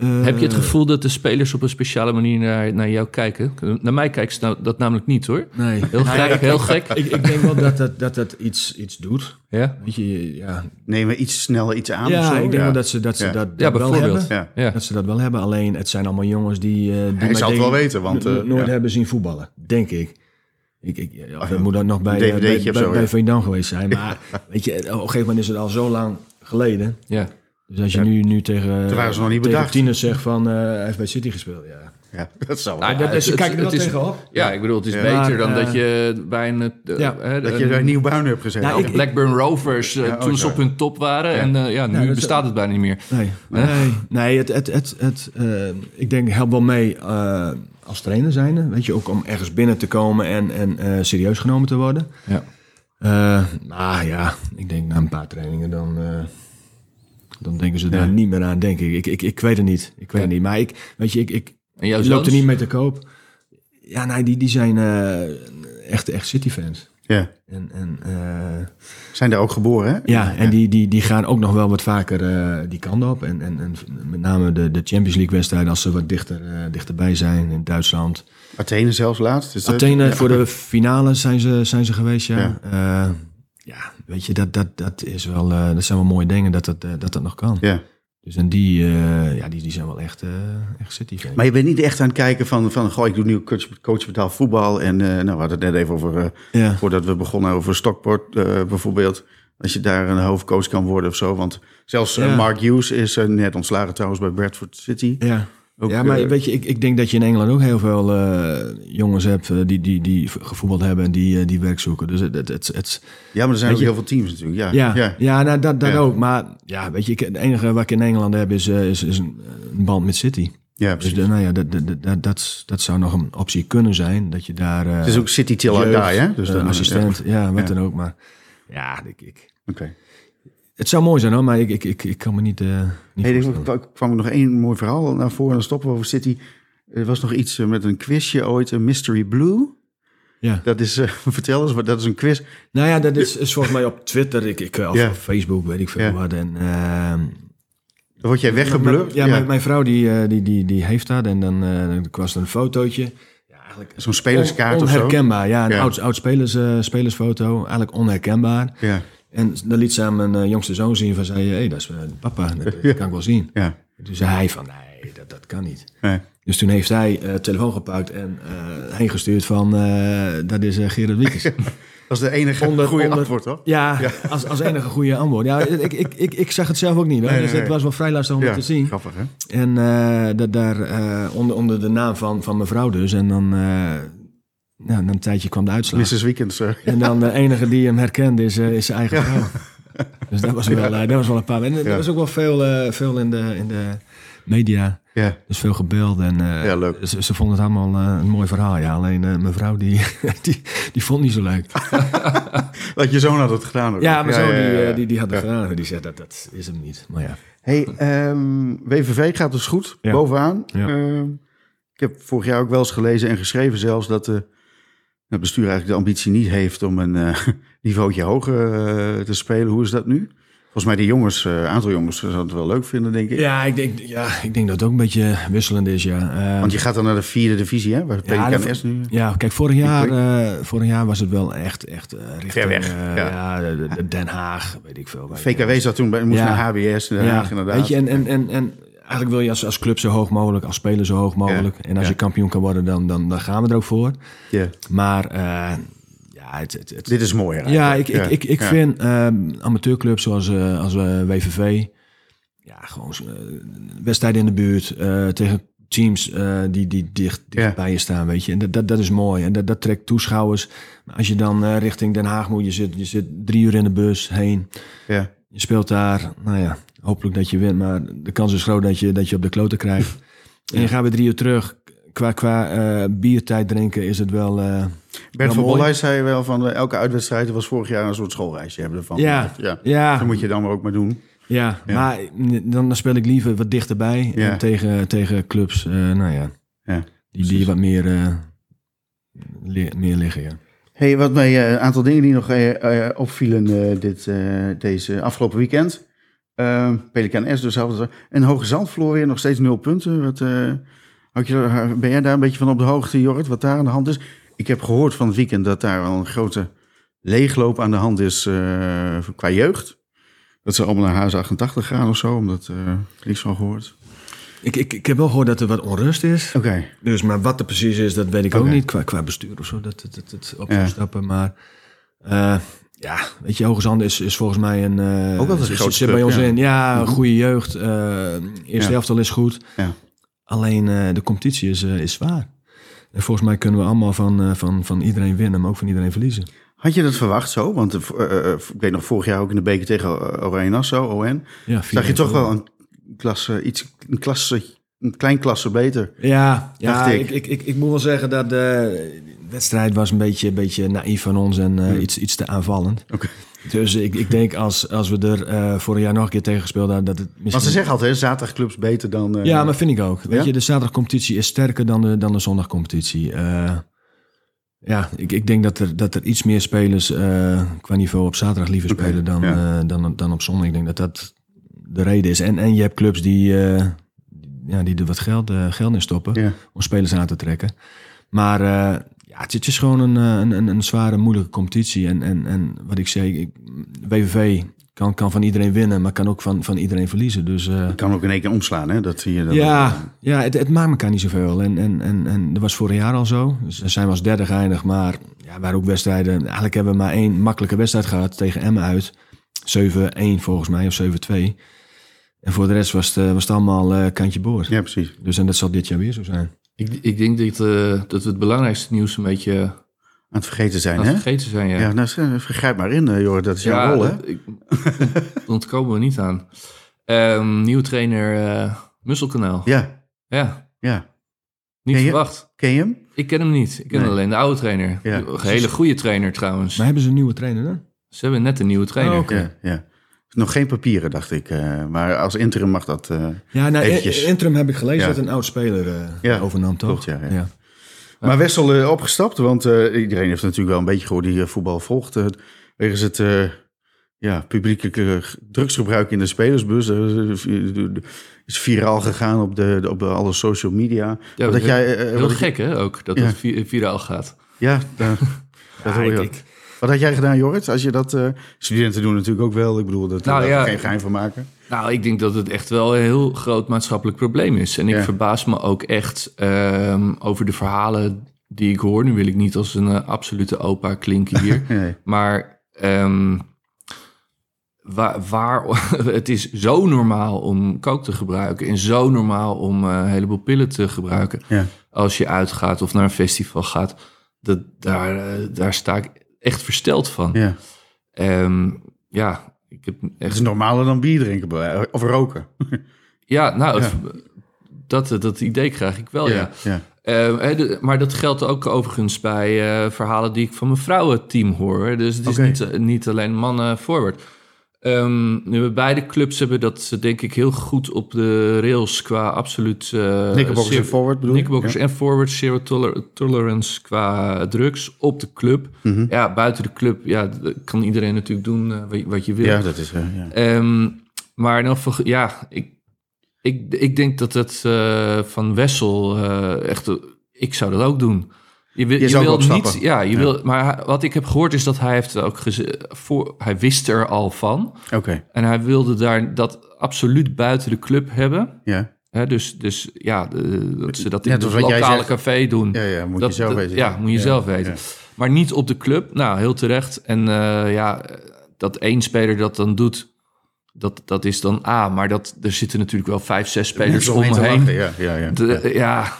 [SPEAKER 3] eh,
[SPEAKER 1] heb je het gevoel dat de spelers op een speciale manier naar, naar jou kijken? Naar mij kijken ze nou, dat namelijk niet hoor.
[SPEAKER 3] Nee.
[SPEAKER 1] Heel gek, heel gek.
[SPEAKER 3] ik, ik denk wel dat dat, dat, dat iets, iets doet.
[SPEAKER 1] Ja,
[SPEAKER 3] Weet je, ja.
[SPEAKER 2] Nemen we iets sneller iets aan of
[SPEAKER 3] ja,
[SPEAKER 2] zo?
[SPEAKER 3] ik denk
[SPEAKER 2] ja.
[SPEAKER 3] wel dat ze dat, ze
[SPEAKER 2] Ja.
[SPEAKER 3] dat, dat
[SPEAKER 1] ja
[SPEAKER 3] wel hebben.
[SPEAKER 1] bijvoorbeeld.
[SPEAKER 2] Ja.
[SPEAKER 1] Ja.
[SPEAKER 3] Dat ze dat wel hebben. Alleen het zijn allemaal jongens die. eh, die mij
[SPEAKER 2] zal het
[SPEAKER 3] denk-
[SPEAKER 2] wel weten, want,
[SPEAKER 3] no-
[SPEAKER 2] eh,
[SPEAKER 3] nooit
[SPEAKER 2] ja.
[SPEAKER 3] hebben zien voetballen, denk ik. Ik, ik ja,
[SPEAKER 2] Ah,
[SPEAKER 3] dat moet dan nog bij, eh, bij,
[SPEAKER 2] DVD'tje
[SPEAKER 3] bij,
[SPEAKER 2] of zo, ja.
[SPEAKER 3] bij Veendam geweest zijn. Maar weet je, op een gegeven moment is het al zo lang geleden.
[SPEAKER 1] ja.
[SPEAKER 3] Dus als je nu, nu tegen,
[SPEAKER 2] Toen waren ze nog niet
[SPEAKER 3] tegen
[SPEAKER 2] bedacht.
[SPEAKER 3] tieners zegt van eh, hij heeft bij City gespeeld. Ja.
[SPEAKER 2] Ja, dat zou
[SPEAKER 1] Nou,
[SPEAKER 2] wel.
[SPEAKER 1] dat- Ja,
[SPEAKER 3] Ja,
[SPEAKER 1] het-
[SPEAKER 3] ze
[SPEAKER 1] het-
[SPEAKER 3] kijken er wel
[SPEAKER 1] het is-
[SPEAKER 3] tegenop.
[SPEAKER 1] Ja, ik bedoel, het is
[SPEAKER 2] Ja.
[SPEAKER 1] beter dan
[SPEAKER 3] Maar, eh,
[SPEAKER 1] dat je bij een, eh,
[SPEAKER 3] ja,
[SPEAKER 1] eh,
[SPEAKER 2] Dat je daar nieuw bruin hebt gezet.
[SPEAKER 3] Nou, ik-
[SPEAKER 1] Blackburn Rovers eh,
[SPEAKER 2] Ja, Nou, oh,
[SPEAKER 1] toen ze
[SPEAKER 2] sorry.
[SPEAKER 1] op hun top waren. En eh, ja, nu
[SPEAKER 3] dat is-
[SPEAKER 1] bestaat het bijna niet meer.
[SPEAKER 3] Nee, nee, nee het, het, het, het, eh, ik denk helpt wel mee eh, als trainer zijnde. Weet je, ook om ergens binnen te komen en, en eh, serieus genomen te worden.
[SPEAKER 1] Ja.
[SPEAKER 3] Eh, nou ja, ik denk na een paar trainingen dan, eh, dan denken ze daar niet meer aan, denk ik. Ik, ik, ik weet het niet. Ik weet het niet. Maar ik, weet je, ik, ik
[SPEAKER 1] En jouw
[SPEAKER 3] loop
[SPEAKER 1] zoons?
[SPEAKER 3] er niet mee te koop. Ja, nee, die, die zijn eh, echt, echt City-fans.
[SPEAKER 2] Ja.
[SPEAKER 3] En, en, eh,
[SPEAKER 2] Zijn daar ook geboren, hè?
[SPEAKER 3] ja, en Die, die, die gaan ook nog wel wat vaker eh, die kant op. En, en, en met name de, de Champions League-wedstrijden, als ze wat dichter, eh, dichterbij zijn in Duitsland.
[SPEAKER 2] Athene zelfs laatst. Dus dat-
[SPEAKER 3] Athene
[SPEAKER 2] ja.
[SPEAKER 3] voor de finale zijn ze, zijn ze geweest, ja.
[SPEAKER 2] Ja.
[SPEAKER 3] Ja, ja weet je, dat, dat, dat, is wel, eh, dat zijn wel mooie dingen dat dat, eh, dat, dat nog kan.
[SPEAKER 2] Ja.
[SPEAKER 3] Dus en die, eh, ja, die, die zijn wel echt, eh echt city
[SPEAKER 2] Maar je bent niet echt aan het kijken van, van goh, ik doe nu coach, coach betaald voetbal. En eh, nou, we hadden het net even over, eh,
[SPEAKER 3] ja.
[SPEAKER 2] voordat we begonnen, over Stockport eh, bijvoorbeeld. Als je daar een hoofdcoach kan worden of zo. Want zelfs eh,
[SPEAKER 3] Ja.
[SPEAKER 2] Mark Hughes is eh, net ontslagen trouwens bij Bradford City.
[SPEAKER 3] Ja.
[SPEAKER 1] Ook,
[SPEAKER 3] ja, maar
[SPEAKER 1] eh,
[SPEAKER 3] weet je, ik, ik denk dat je in Engeland ook heel veel eh, jongens hebt eh, die, die, die gevoetbald hebben en die, eh, die werk zoeken. Dus het, het, het, het-
[SPEAKER 2] Ja, maar er zijn ook
[SPEAKER 3] Weet je-
[SPEAKER 2] heel veel teams natuurlijk. Ja,
[SPEAKER 3] ja, ja. nou, dat, dat
[SPEAKER 2] Ja.
[SPEAKER 3] ook. Maar ja, weet je, ik, het enige wat ik in Engeland heb is, eh, is, is een, een band met City.
[SPEAKER 2] Ja,
[SPEAKER 3] Dus
[SPEAKER 2] precies.
[SPEAKER 3] de- nou ja, dat, dat, dat- dat, dat, dat zou nog een optie kunnen zijn. Dat je daar. eh,
[SPEAKER 2] het is ook City Till I
[SPEAKER 3] jeugd,
[SPEAKER 2] Die, hè? Dus
[SPEAKER 3] eh,
[SPEAKER 2] dan,
[SPEAKER 3] assistent, ja, wat
[SPEAKER 2] Ja.
[SPEAKER 3] dan ook. Maar ja, ik, ik,
[SPEAKER 2] ja. Oké.
[SPEAKER 3] het zou mooi zijn hoor, maar ik, ik, ik, ik kan me niet. eh niet
[SPEAKER 2] Hey,
[SPEAKER 3] voorstellen.
[SPEAKER 2] er kwam nog één mooi verhaal naar voren. Dan stoppen we over City. Er was nog iets eh, met een quizje ooit, een Mystery Blue.
[SPEAKER 3] Ja.
[SPEAKER 2] Dat is, eh, vertel eens, maar dat is een quiz.
[SPEAKER 3] Nou ja, dat is, is volgens mij op Twitter, ik, ik, eh, of
[SPEAKER 2] Ja.
[SPEAKER 3] op Facebook, weet ik veel
[SPEAKER 2] Ja.
[SPEAKER 3] wat. En, ehm,
[SPEAKER 2] Dan word jij weggeblurred.
[SPEAKER 3] Ja,
[SPEAKER 2] Ja,
[SPEAKER 3] Mijn, mijn vrouw die, eh, die, die, die heeft dat en dan eh, dan was er een fotootje. Ja, eigenlijk
[SPEAKER 2] Zo'n spelerskaart
[SPEAKER 3] on-
[SPEAKER 2] of zo.
[SPEAKER 3] Onherkenbaar, ja. Een
[SPEAKER 2] Ja.
[SPEAKER 3] oud, oud spelers, eh, spelersfoto, eigenlijk onherkenbaar.
[SPEAKER 2] Ja,
[SPEAKER 3] En dan liet ze aan mijn eh, jongste zoon zien van, zei, hé, hey, dat is eh, papa, dat, dat kan ik wel zien.
[SPEAKER 2] ja.
[SPEAKER 3] Toen zei hij van, nee, dat, dat kan niet.
[SPEAKER 2] Nee.
[SPEAKER 3] Dus toen heeft hij eh telefoon gepakt en eh heen gestuurd van, eh, dat is eh, Gerard Wiekes.
[SPEAKER 2] Dat is de enige
[SPEAKER 3] Onder-
[SPEAKER 2] goede
[SPEAKER 3] onder-
[SPEAKER 2] antwoord, hoor.
[SPEAKER 3] Ja, Als, als enige goede antwoord. Ja, ik, ik, ik, ik zag het zelf ook niet, hoor.
[SPEAKER 2] Nee,
[SPEAKER 3] dus
[SPEAKER 2] nee,
[SPEAKER 3] het
[SPEAKER 2] nee.
[SPEAKER 3] was wel vrij lastig om het te zien.
[SPEAKER 2] grappig, hè?
[SPEAKER 3] En eh, dat daar eh, onder, onder de naam van, van mijn vrouw dus. En dan, eh, nou, na een tijdje kwam de uitslag.
[SPEAKER 2] Mrs. Weekends. eh.
[SPEAKER 3] En dan de enige die hem herkende is, eh, is zijn eigen vrouw. Dus dat was wel, eh, dat was wel een paar. En er
[SPEAKER 2] Ja.
[SPEAKER 3] was ook wel veel, eh, veel in, de, in de media.
[SPEAKER 2] ja.
[SPEAKER 3] Dus veel gebeld. En, eh,
[SPEAKER 2] Ja, leuk.
[SPEAKER 3] Ze, ze vonden het allemaal eh, een mooi verhaal. Ja. Alleen eh, mijn vrouw die, die, die vond het niet zo leuk.
[SPEAKER 2] Dat je zoon had het gedaan. ook.
[SPEAKER 3] Ja, maar zo, die,
[SPEAKER 2] ja, ja.
[SPEAKER 3] eh, die, die had het gedaan. Die zei dat, dat is hem niet. Maar ja.
[SPEAKER 2] Hey, ehm, WVV gaat dus goed,
[SPEAKER 3] Ja.
[SPEAKER 2] bovenaan.
[SPEAKER 3] Ja.
[SPEAKER 2] Ehm, ik heb vorig jaar ook wel eens gelezen en geschreven zelfs dat eh, het bestuur eigenlijk de ambitie niet heeft om een eh niveautje hoger eh, te spelen. Hoe is dat nu? Volgens mij de jongens, eh, een aantal jongens zouden het wel leuk vinden, denk ik.
[SPEAKER 3] Ja, ik denk, ja, ik denk dat het ook een beetje wisselend is, ja. Eh,
[SPEAKER 2] Want je gaat dan naar de vierde divisie, hè? Waar
[SPEAKER 3] Ja,
[SPEAKER 2] PKNS
[SPEAKER 3] dat-
[SPEAKER 2] nu...
[SPEAKER 3] ja, kijk, vorig jaar, eh, vorig jaar was het wel echt, echt eh, richting...
[SPEAKER 2] weg,
[SPEAKER 3] eh,
[SPEAKER 2] ja.
[SPEAKER 3] ja. de- de- Den Haag, weet ik veel.
[SPEAKER 2] VKW zat toen bij, moest
[SPEAKER 3] Ja.
[SPEAKER 2] naar HBS, Den Haag inderdaad.
[SPEAKER 3] Weet je, en, en, en, en eigenlijk wil je als, als club zo hoog mogelijk, als speler zo hoog mogelijk.
[SPEAKER 2] Ja,
[SPEAKER 3] En als
[SPEAKER 2] ja.
[SPEAKER 3] je kampioen kan worden, dan, dan, dan gaan we er ook voor.
[SPEAKER 2] Ja.
[SPEAKER 3] Maar eh, ja, het, het, het,
[SPEAKER 2] Dit is mooi
[SPEAKER 3] Ja,
[SPEAKER 2] eigenlijk.
[SPEAKER 3] ik, ik, ik, ik
[SPEAKER 2] ja.
[SPEAKER 3] vind ehm, amateurclubs zoals eh, als, eh, WVV... Ja, gewoon eh, wedstrijden in de buurt eh, tegen teams eh, die, die dicht, dicht
[SPEAKER 2] Ja.
[SPEAKER 3] bij je staan, weet je. En dat, dat, dat is mooi en dat, dat trekt toeschouwers. Maar als je dan eh, richting Den Haag moet, je zit, je zit drie uur in de bus heen.
[SPEAKER 2] Ja.
[SPEAKER 3] Je speelt daar, nou ja, hopelijk dat je wint. Maar de kans is groot dat je, dat je op de kloten krijgt. En je gaat weer drie uur terug. Qua, qua eh, biertijd drinken is het wel... eh,
[SPEAKER 2] Bert
[SPEAKER 3] wel
[SPEAKER 2] van
[SPEAKER 3] mooi.
[SPEAKER 2] Bollij zei wel van eh, elke uitwedstrijd was vorig jaar een soort schoolreisje hebben we ervan.
[SPEAKER 3] Ja,
[SPEAKER 2] ja.
[SPEAKER 3] ja.
[SPEAKER 2] Dat moet je dan maar ook maar doen.
[SPEAKER 3] Ja,
[SPEAKER 2] Ja.
[SPEAKER 3] maar dan, dan speel ik liever wat dichterbij
[SPEAKER 2] Ja.
[SPEAKER 3] en tegen, tegen clubs, eh, nou ja,
[SPEAKER 2] Ja,
[SPEAKER 3] die, die wat meer, eh, li- meer liggen, ja.
[SPEAKER 2] Hey, wat mij eh, een aantal dingen die nog eh, eh, opvielen eh, dit, eh, deze afgelopen weekend. Eh, Pelikaan S dus. hadden ze- En Hoge Zand verloor weer nog steeds nul punten. Wat, eh, had je, daar- ben jij daar een beetje van op de hoogte, Jorrit, wat daar aan de hand is? Ik heb gehoord van het weekend dat daar wel een grote leegloop aan de hand is eh, qua jeugd. Dat ze allemaal naar huis 88 gaan of zo, omdat eh niks van gehoord.
[SPEAKER 3] Ik, ik, ik heb wel gehoord dat er wat onrust is,
[SPEAKER 2] Oké,
[SPEAKER 3] dus, maar wat er precies is, dat weet ik
[SPEAKER 2] Oké.
[SPEAKER 3] ook niet, qua, qua bestuur of zo, dat het dat, dat op
[SPEAKER 2] Ja.
[SPEAKER 3] moet stappen, maar eh, ja, weet je, Hoogezand is, is volgens mij een... eh,
[SPEAKER 2] Ook altijd een
[SPEAKER 3] zit-
[SPEAKER 2] groot
[SPEAKER 3] zit bij
[SPEAKER 2] club,
[SPEAKER 3] ons
[SPEAKER 2] ja. Mhm.
[SPEAKER 3] in, ja, een goede jeugd, eh eerste
[SPEAKER 2] Ja.
[SPEAKER 3] helft al is goed,
[SPEAKER 2] ja.
[SPEAKER 3] Alleen eh, de competitie is, eh, is zwaar. En volgens mij kunnen we allemaal van, eh, van, van iedereen winnen, maar ook van iedereen verliezen.
[SPEAKER 2] Had je dat verwacht zo? Want eh, v- eh, eh, ik weet nog, vorig jaar ook in de beker tegen eh, Oranje Nassau, ON.
[SPEAKER 3] Ja,
[SPEAKER 2] Zag je
[SPEAKER 3] 4-1
[SPEAKER 2] toch wel
[SPEAKER 3] verloren.
[SPEAKER 2] een klasse, iets, een klasse, een klein klasse beter.
[SPEAKER 3] Ja, ja
[SPEAKER 2] Dacht ik.
[SPEAKER 3] ik. Ik, ik, ik moet wel zeggen dat de wedstrijd was een beetje, een beetje naïef van ons en eh, iets, iets te aanvallend.
[SPEAKER 2] Hmm. Oké.
[SPEAKER 3] Dus ik, ik denk als, als we er eh vorig jaar nog een keer tegen gespeeld hadden, dat het
[SPEAKER 2] Want
[SPEAKER 3] misschien...
[SPEAKER 2] ze zeggen altijd, hè, zaterdagclubs beter dan... eh,
[SPEAKER 3] Ja, maar vind ik ook. Weet
[SPEAKER 2] Ja?
[SPEAKER 3] je, de zaterdagcompetitie is sterker dan de, dan de zondagcompetitie. Eh, ja, ik, ik denk dat er, dat er iets meer spelers eh, qua niveau op zaterdag liever
[SPEAKER 2] Oké,
[SPEAKER 3] spelen dan,
[SPEAKER 2] ja.
[SPEAKER 3] eh, dan, dan op zondag. Ik denk dat dat de reden is. En, en je hebt clubs die, eh, ja, die er wat geld, eh, geld in stoppen
[SPEAKER 2] Ja.
[SPEAKER 3] om spelers aan te trekken. Maar eh, ja, het het is gewoon een, eh, een, een, een zware, moeilijke competitie. En, en, en wat ik zei, ik, WVV kan, kan van iedereen winnen, maar kan ook van, van iedereen verliezen. Dus eh,
[SPEAKER 2] Kan ook in één keer omslaan, hè? Dat hier dan,
[SPEAKER 3] ja, ja het, het maakt elkaar niet zoveel. En, en, en, en dat was vorig jaar al zo. Dus dan zijn we als derde geëindigd. Maar ja, waren ook wedstrijden. Eigenlijk hebben we maar één makkelijke wedstrijd gehad tegen Emmen uit. 7-1 volgens mij, of 7-2. En voor de rest was het, eh, was het allemaal eh, kantje boord.
[SPEAKER 2] Ja, precies.
[SPEAKER 3] Dus en dat zal dit jaar weer zo zijn.
[SPEAKER 1] Ik, ik denk dat, eh, dat we het belangrijkste nieuws een beetje
[SPEAKER 2] Aan het vergeten zijn,
[SPEAKER 1] aan
[SPEAKER 2] hè?
[SPEAKER 1] het vergeten zijn. Ja,
[SPEAKER 2] Ja, nou, eh, grijp maar in, eh, Jor. Dat is jouw rol, hè?
[SPEAKER 1] dat- ik- daar ontkomen we niet aan. Ehm, nieuwe trainer eh, Musselkanaal. Ja,
[SPEAKER 2] Ja, ja.
[SPEAKER 1] niet
[SPEAKER 2] Ken je-
[SPEAKER 1] verwacht.
[SPEAKER 2] Ken je hem?
[SPEAKER 1] Ik ken hem niet. Ik ken
[SPEAKER 2] Nee.
[SPEAKER 1] alleen de oude trainer.
[SPEAKER 2] Ja.
[SPEAKER 1] Een hele goede trainer trouwens.
[SPEAKER 3] Maar hebben ze een nieuwe trainer dan?
[SPEAKER 1] Ze hebben net een nieuwe trainer.
[SPEAKER 3] Oh, oké.
[SPEAKER 2] Ja, ja. Nog geen papieren, dacht ik. eh, maar als interim mag dat... eh,
[SPEAKER 3] Ja, nou,
[SPEAKER 2] Eventjes.
[SPEAKER 3] in- interim heb ik gelezen
[SPEAKER 2] Ja.
[SPEAKER 3] dat een oud speler eh,
[SPEAKER 2] Ja,
[SPEAKER 3] overnam, toch?
[SPEAKER 2] klopt, ja, ja. Maar Wessel eh, opgestapt, want eh, iedereen heeft natuurlijk wel een beetje gehoord die eh, voetbal volgt. eh, wegens het eh, ja, publieke eh, drugsgebruik in de spelersbus. eh, is viraal gegaan op, de, op alle social media.
[SPEAKER 1] Ja,
[SPEAKER 2] dat
[SPEAKER 1] heel-
[SPEAKER 2] jij, eh,
[SPEAKER 1] Heel
[SPEAKER 2] wat ik-
[SPEAKER 1] gek hè ook, dat
[SPEAKER 2] Ja.
[SPEAKER 1] het vi- viraal gaat.
[SPEAKER 2] ja, daar- dat hoor je.
[SPEAKER 3] ik-
[SPEAKER 2] ook.
[SPEAKER 3] ik-
[SPEAKER 2] Wat had jij gedaan, Jorrit? Als je dat, eh, studenten doen natuurlijk ook wel. Ik bedoel, dat, eh,
[SPEAKER 1] Nou,
[SPEAKER 2] daar
[SPEAKER 1] ja.
[SPEAKER 2] geen geheim van maken.
[SPEAKER 1] Nou, ik denk dat het echt wel een heel groot maatschappelijk probleem is. En ik
[SPEAKER 2] Ja.
[SPEAKER 1] verbaas me ook echt ehm, over de verhalen die ik hoor. Nu wil ik niet als een eh, absolute opa klinken hier.
[SPEAKER 2] Nee.
[SPEAKER 1] Maar ehm, wa- waar, het is zo normaal om coke te gebruiken en zo normaal om eh, een heleboel pillen te gebruiken.
[SPEAKER 2] Ja.
[SPEAKER 1] Als je uitgaat of naar een festival gaat, dat, daar, eh, daar sta ik echt versteld van.
[SPEAKER 2] Ja.
[SPEAKER 1] Ehm, ja, ik heb
[SPEAKER 2] Het
[SPEAKER 1] echt.
[SPEAKER 2] is normaler dan bier drinken bij- of roken.
[SPEAKER 1] Ja, nou, het-
[SPEAKER 2] Ja.
[SPEAKER 1] dat, eh, dat idee krijg ik wel, Oh, ja.
[SPEAKER 2] ja.
[SPEAKER 1] Eh, hè, de- maar dat geldt ook overigens bij eh, verhalen die ik van mijn vrouwenteam hoor. hè. Dus het is
[SPEAKER 2] Oké.
[SPEAKER 1] niet, eh, niet alleen mannen forward. Ehm, nu, beide clubs hebben dat ze denk ik heel goed op de rails qua absoluut... eh,
[SPEAKER 2] Knickerbockers
[SPEAKER 1] zeer-
[SPEAKER 2] en forward bedoel je?
[SPEAKER 1] knickerbockers
[SPEAKER 2] Ja.
[SPEAKER 1] en forward, zero toler- tolerance qua drugs op de club.
[SPEAKER 2] Mhm.
[SPEAKER 1] Ja, buiten de club ja, d- kan iedereen natuurlijk doen eh, wat je- wat je wil.
[SPEAKER 2] Ja, dat is... eh, ja.
[SPEAKER 1] Ehm, maar in elk geval, ja, ik, ik, ik denk dat het eh, van Wessel eh, echt, ik zou dat ook doen. Je, wil,
[SPEAKER 2] Je zou ook opstappen.
[SPEAKER 1] niet, ja, je
[SPEAKER 2] Ja.
[SPEAKER 1] wil, maar hij- wat ik heb gehoord is dat hij heeft ook geze- voor, hij wist er al van
[SPEAKER 2] Oké,
[SPEAKER 1] en hij wilde daar dat absoluut buiten de club hebben.
[SPEAKER 2] ja.
[SPEAKER 1] Hè, dus, dus ja, de- dat ze dat in
[SPEAKER 2] Net als
[SPEAKER 1] het
[SPEAKER 2] wat jij
[SPEAKER 1] lokale
[SPEAKER 2] zegt.
[SPEAKER 1] café doen.
[SPEAKER 2] Ja, ja, moet
[SPEAKER 1] Dat-
[SPEAKER 2] je zelf
[SPEAKER 1] dat-
[SPEAKER 2] weten.
[SPEAKER 1] Ja, moet je zelf weten.
[SPEAKER 2] ja.
[SPEAKER 1] Maar niet op de club. Nou, heel terecht. En eh, ja, dat één speler dat dan doet, dat, dat is dan A. Maar dat, er zitten natuurlijk wel vijf, zes spelers
[SPEAKER 2] Om
[SPEAKER 1] om
[SPEAKER 2] te
[SPEAKER 1] me
[SPEAKER 2] lachen,
[SPEAKER 1] heen.
[SPEAKER 2] Ja, ja, ja.
[SPEAKER 1] De- ja,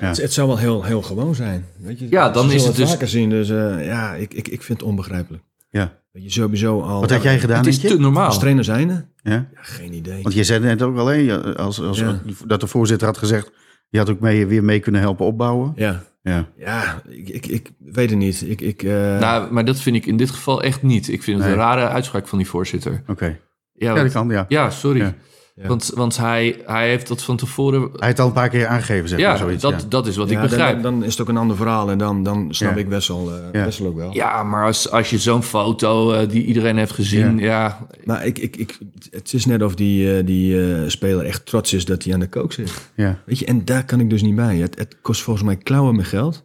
[SPEAKER 2] Ja.
[SPEAKER 3] Het, het zou wel heel, heel gewoon zijn. Weet je?
[SPEAKER 1] Ja, dan
[SPEAKER 3] Ze
[SPEAKER 1] is
[SPEAKER 3] zullen
[SPEAKER 1] het dus-
[SPEAKER 3] vaker zien, dus eh, ja, ik, ik, ik vind het onbegrijpelijk.
[SPEAKER 2] ja.
[SPEAKER 3] Weet je, sowieso al...
[SPEAKER 2] Wat had jij gedaan,
[SPEAKER 1] het is
[SPEAKER 2] denk je?
[SPEAKER 1] te normaal.
[SPEAKER 3] Als trainer zijnde?
[SPEAKER 2] Ja?
[SPEAKER 3] Ja, geen idee.
[SPEAKER 2] Want je zei net ook al, hè, als, als,
[SPEAKER 3] Ja.
[SPEAKER 2] dat de voorzitter had gezegd... je had ook mee, weer mee kunnen helpen opbouwen.
[SPEAKER 3] Ja,
[SPEAKER 2] Ja,
[SPEAKER 3] ja ik, ik, ik weet het niet. Ik, ik, eh,
[SPEAKER 1] Nou, maar dat vind ik in dit geval echt niet. Ik vind het
[SPEAKER 2] Nee.
[SPEAKER 1] een rare uitspraak van die voorzitter.
[SPEAKER 2] oké.
[SPEAKER 1] Ja,
[SPEAKER 2] Ja,
[SPEAKER 1] want-
[SPEAKER 2] dat kan, ja.
[SPEAKER 1] ja sorry.
[SPEAKER 2] Ja.
[SPEAKER 3] Ja.
[SPEAKER 1] Want, want hij, hij heeft dat van tevoren...
[SPEAKER 2] Hij had al een paar keer aangegeven, zeg
[SPEAKER 1] ja,
[SPEAKER 2] maar, zoiets.
[SPEAKER 1] dat,
[SPEAKER 2] ja.
[SPEAKER 1] dat is wat
[SPEAKER 3] ja,
[SPEAKER 1] ik begrijp.
[SPEAKER 3] Dan, dan is het ook een ander verhaal en dan, dan snap
[SPEAKER 2] Ja.
[SPEAKER 3] ik Wessel, eh
[SPEAKER 2] Ja.
[SPEAKER 3] Wessel ook wel.
[SPEAKER 1] Ja, maar als, als je zo'n foto eh, die iedereen heeft gezien, ja.
[SPEAKER 3] Maar ik, ik, ik, het is net of die, eh, die eh, speler echt trots is dat hij aan de kook zit.
[SPEAKER 2] ja.
[SPEAKER 3] Weet je, en daar kan ik dus niet bij. Het, het kost volgens mij klauwen met geld.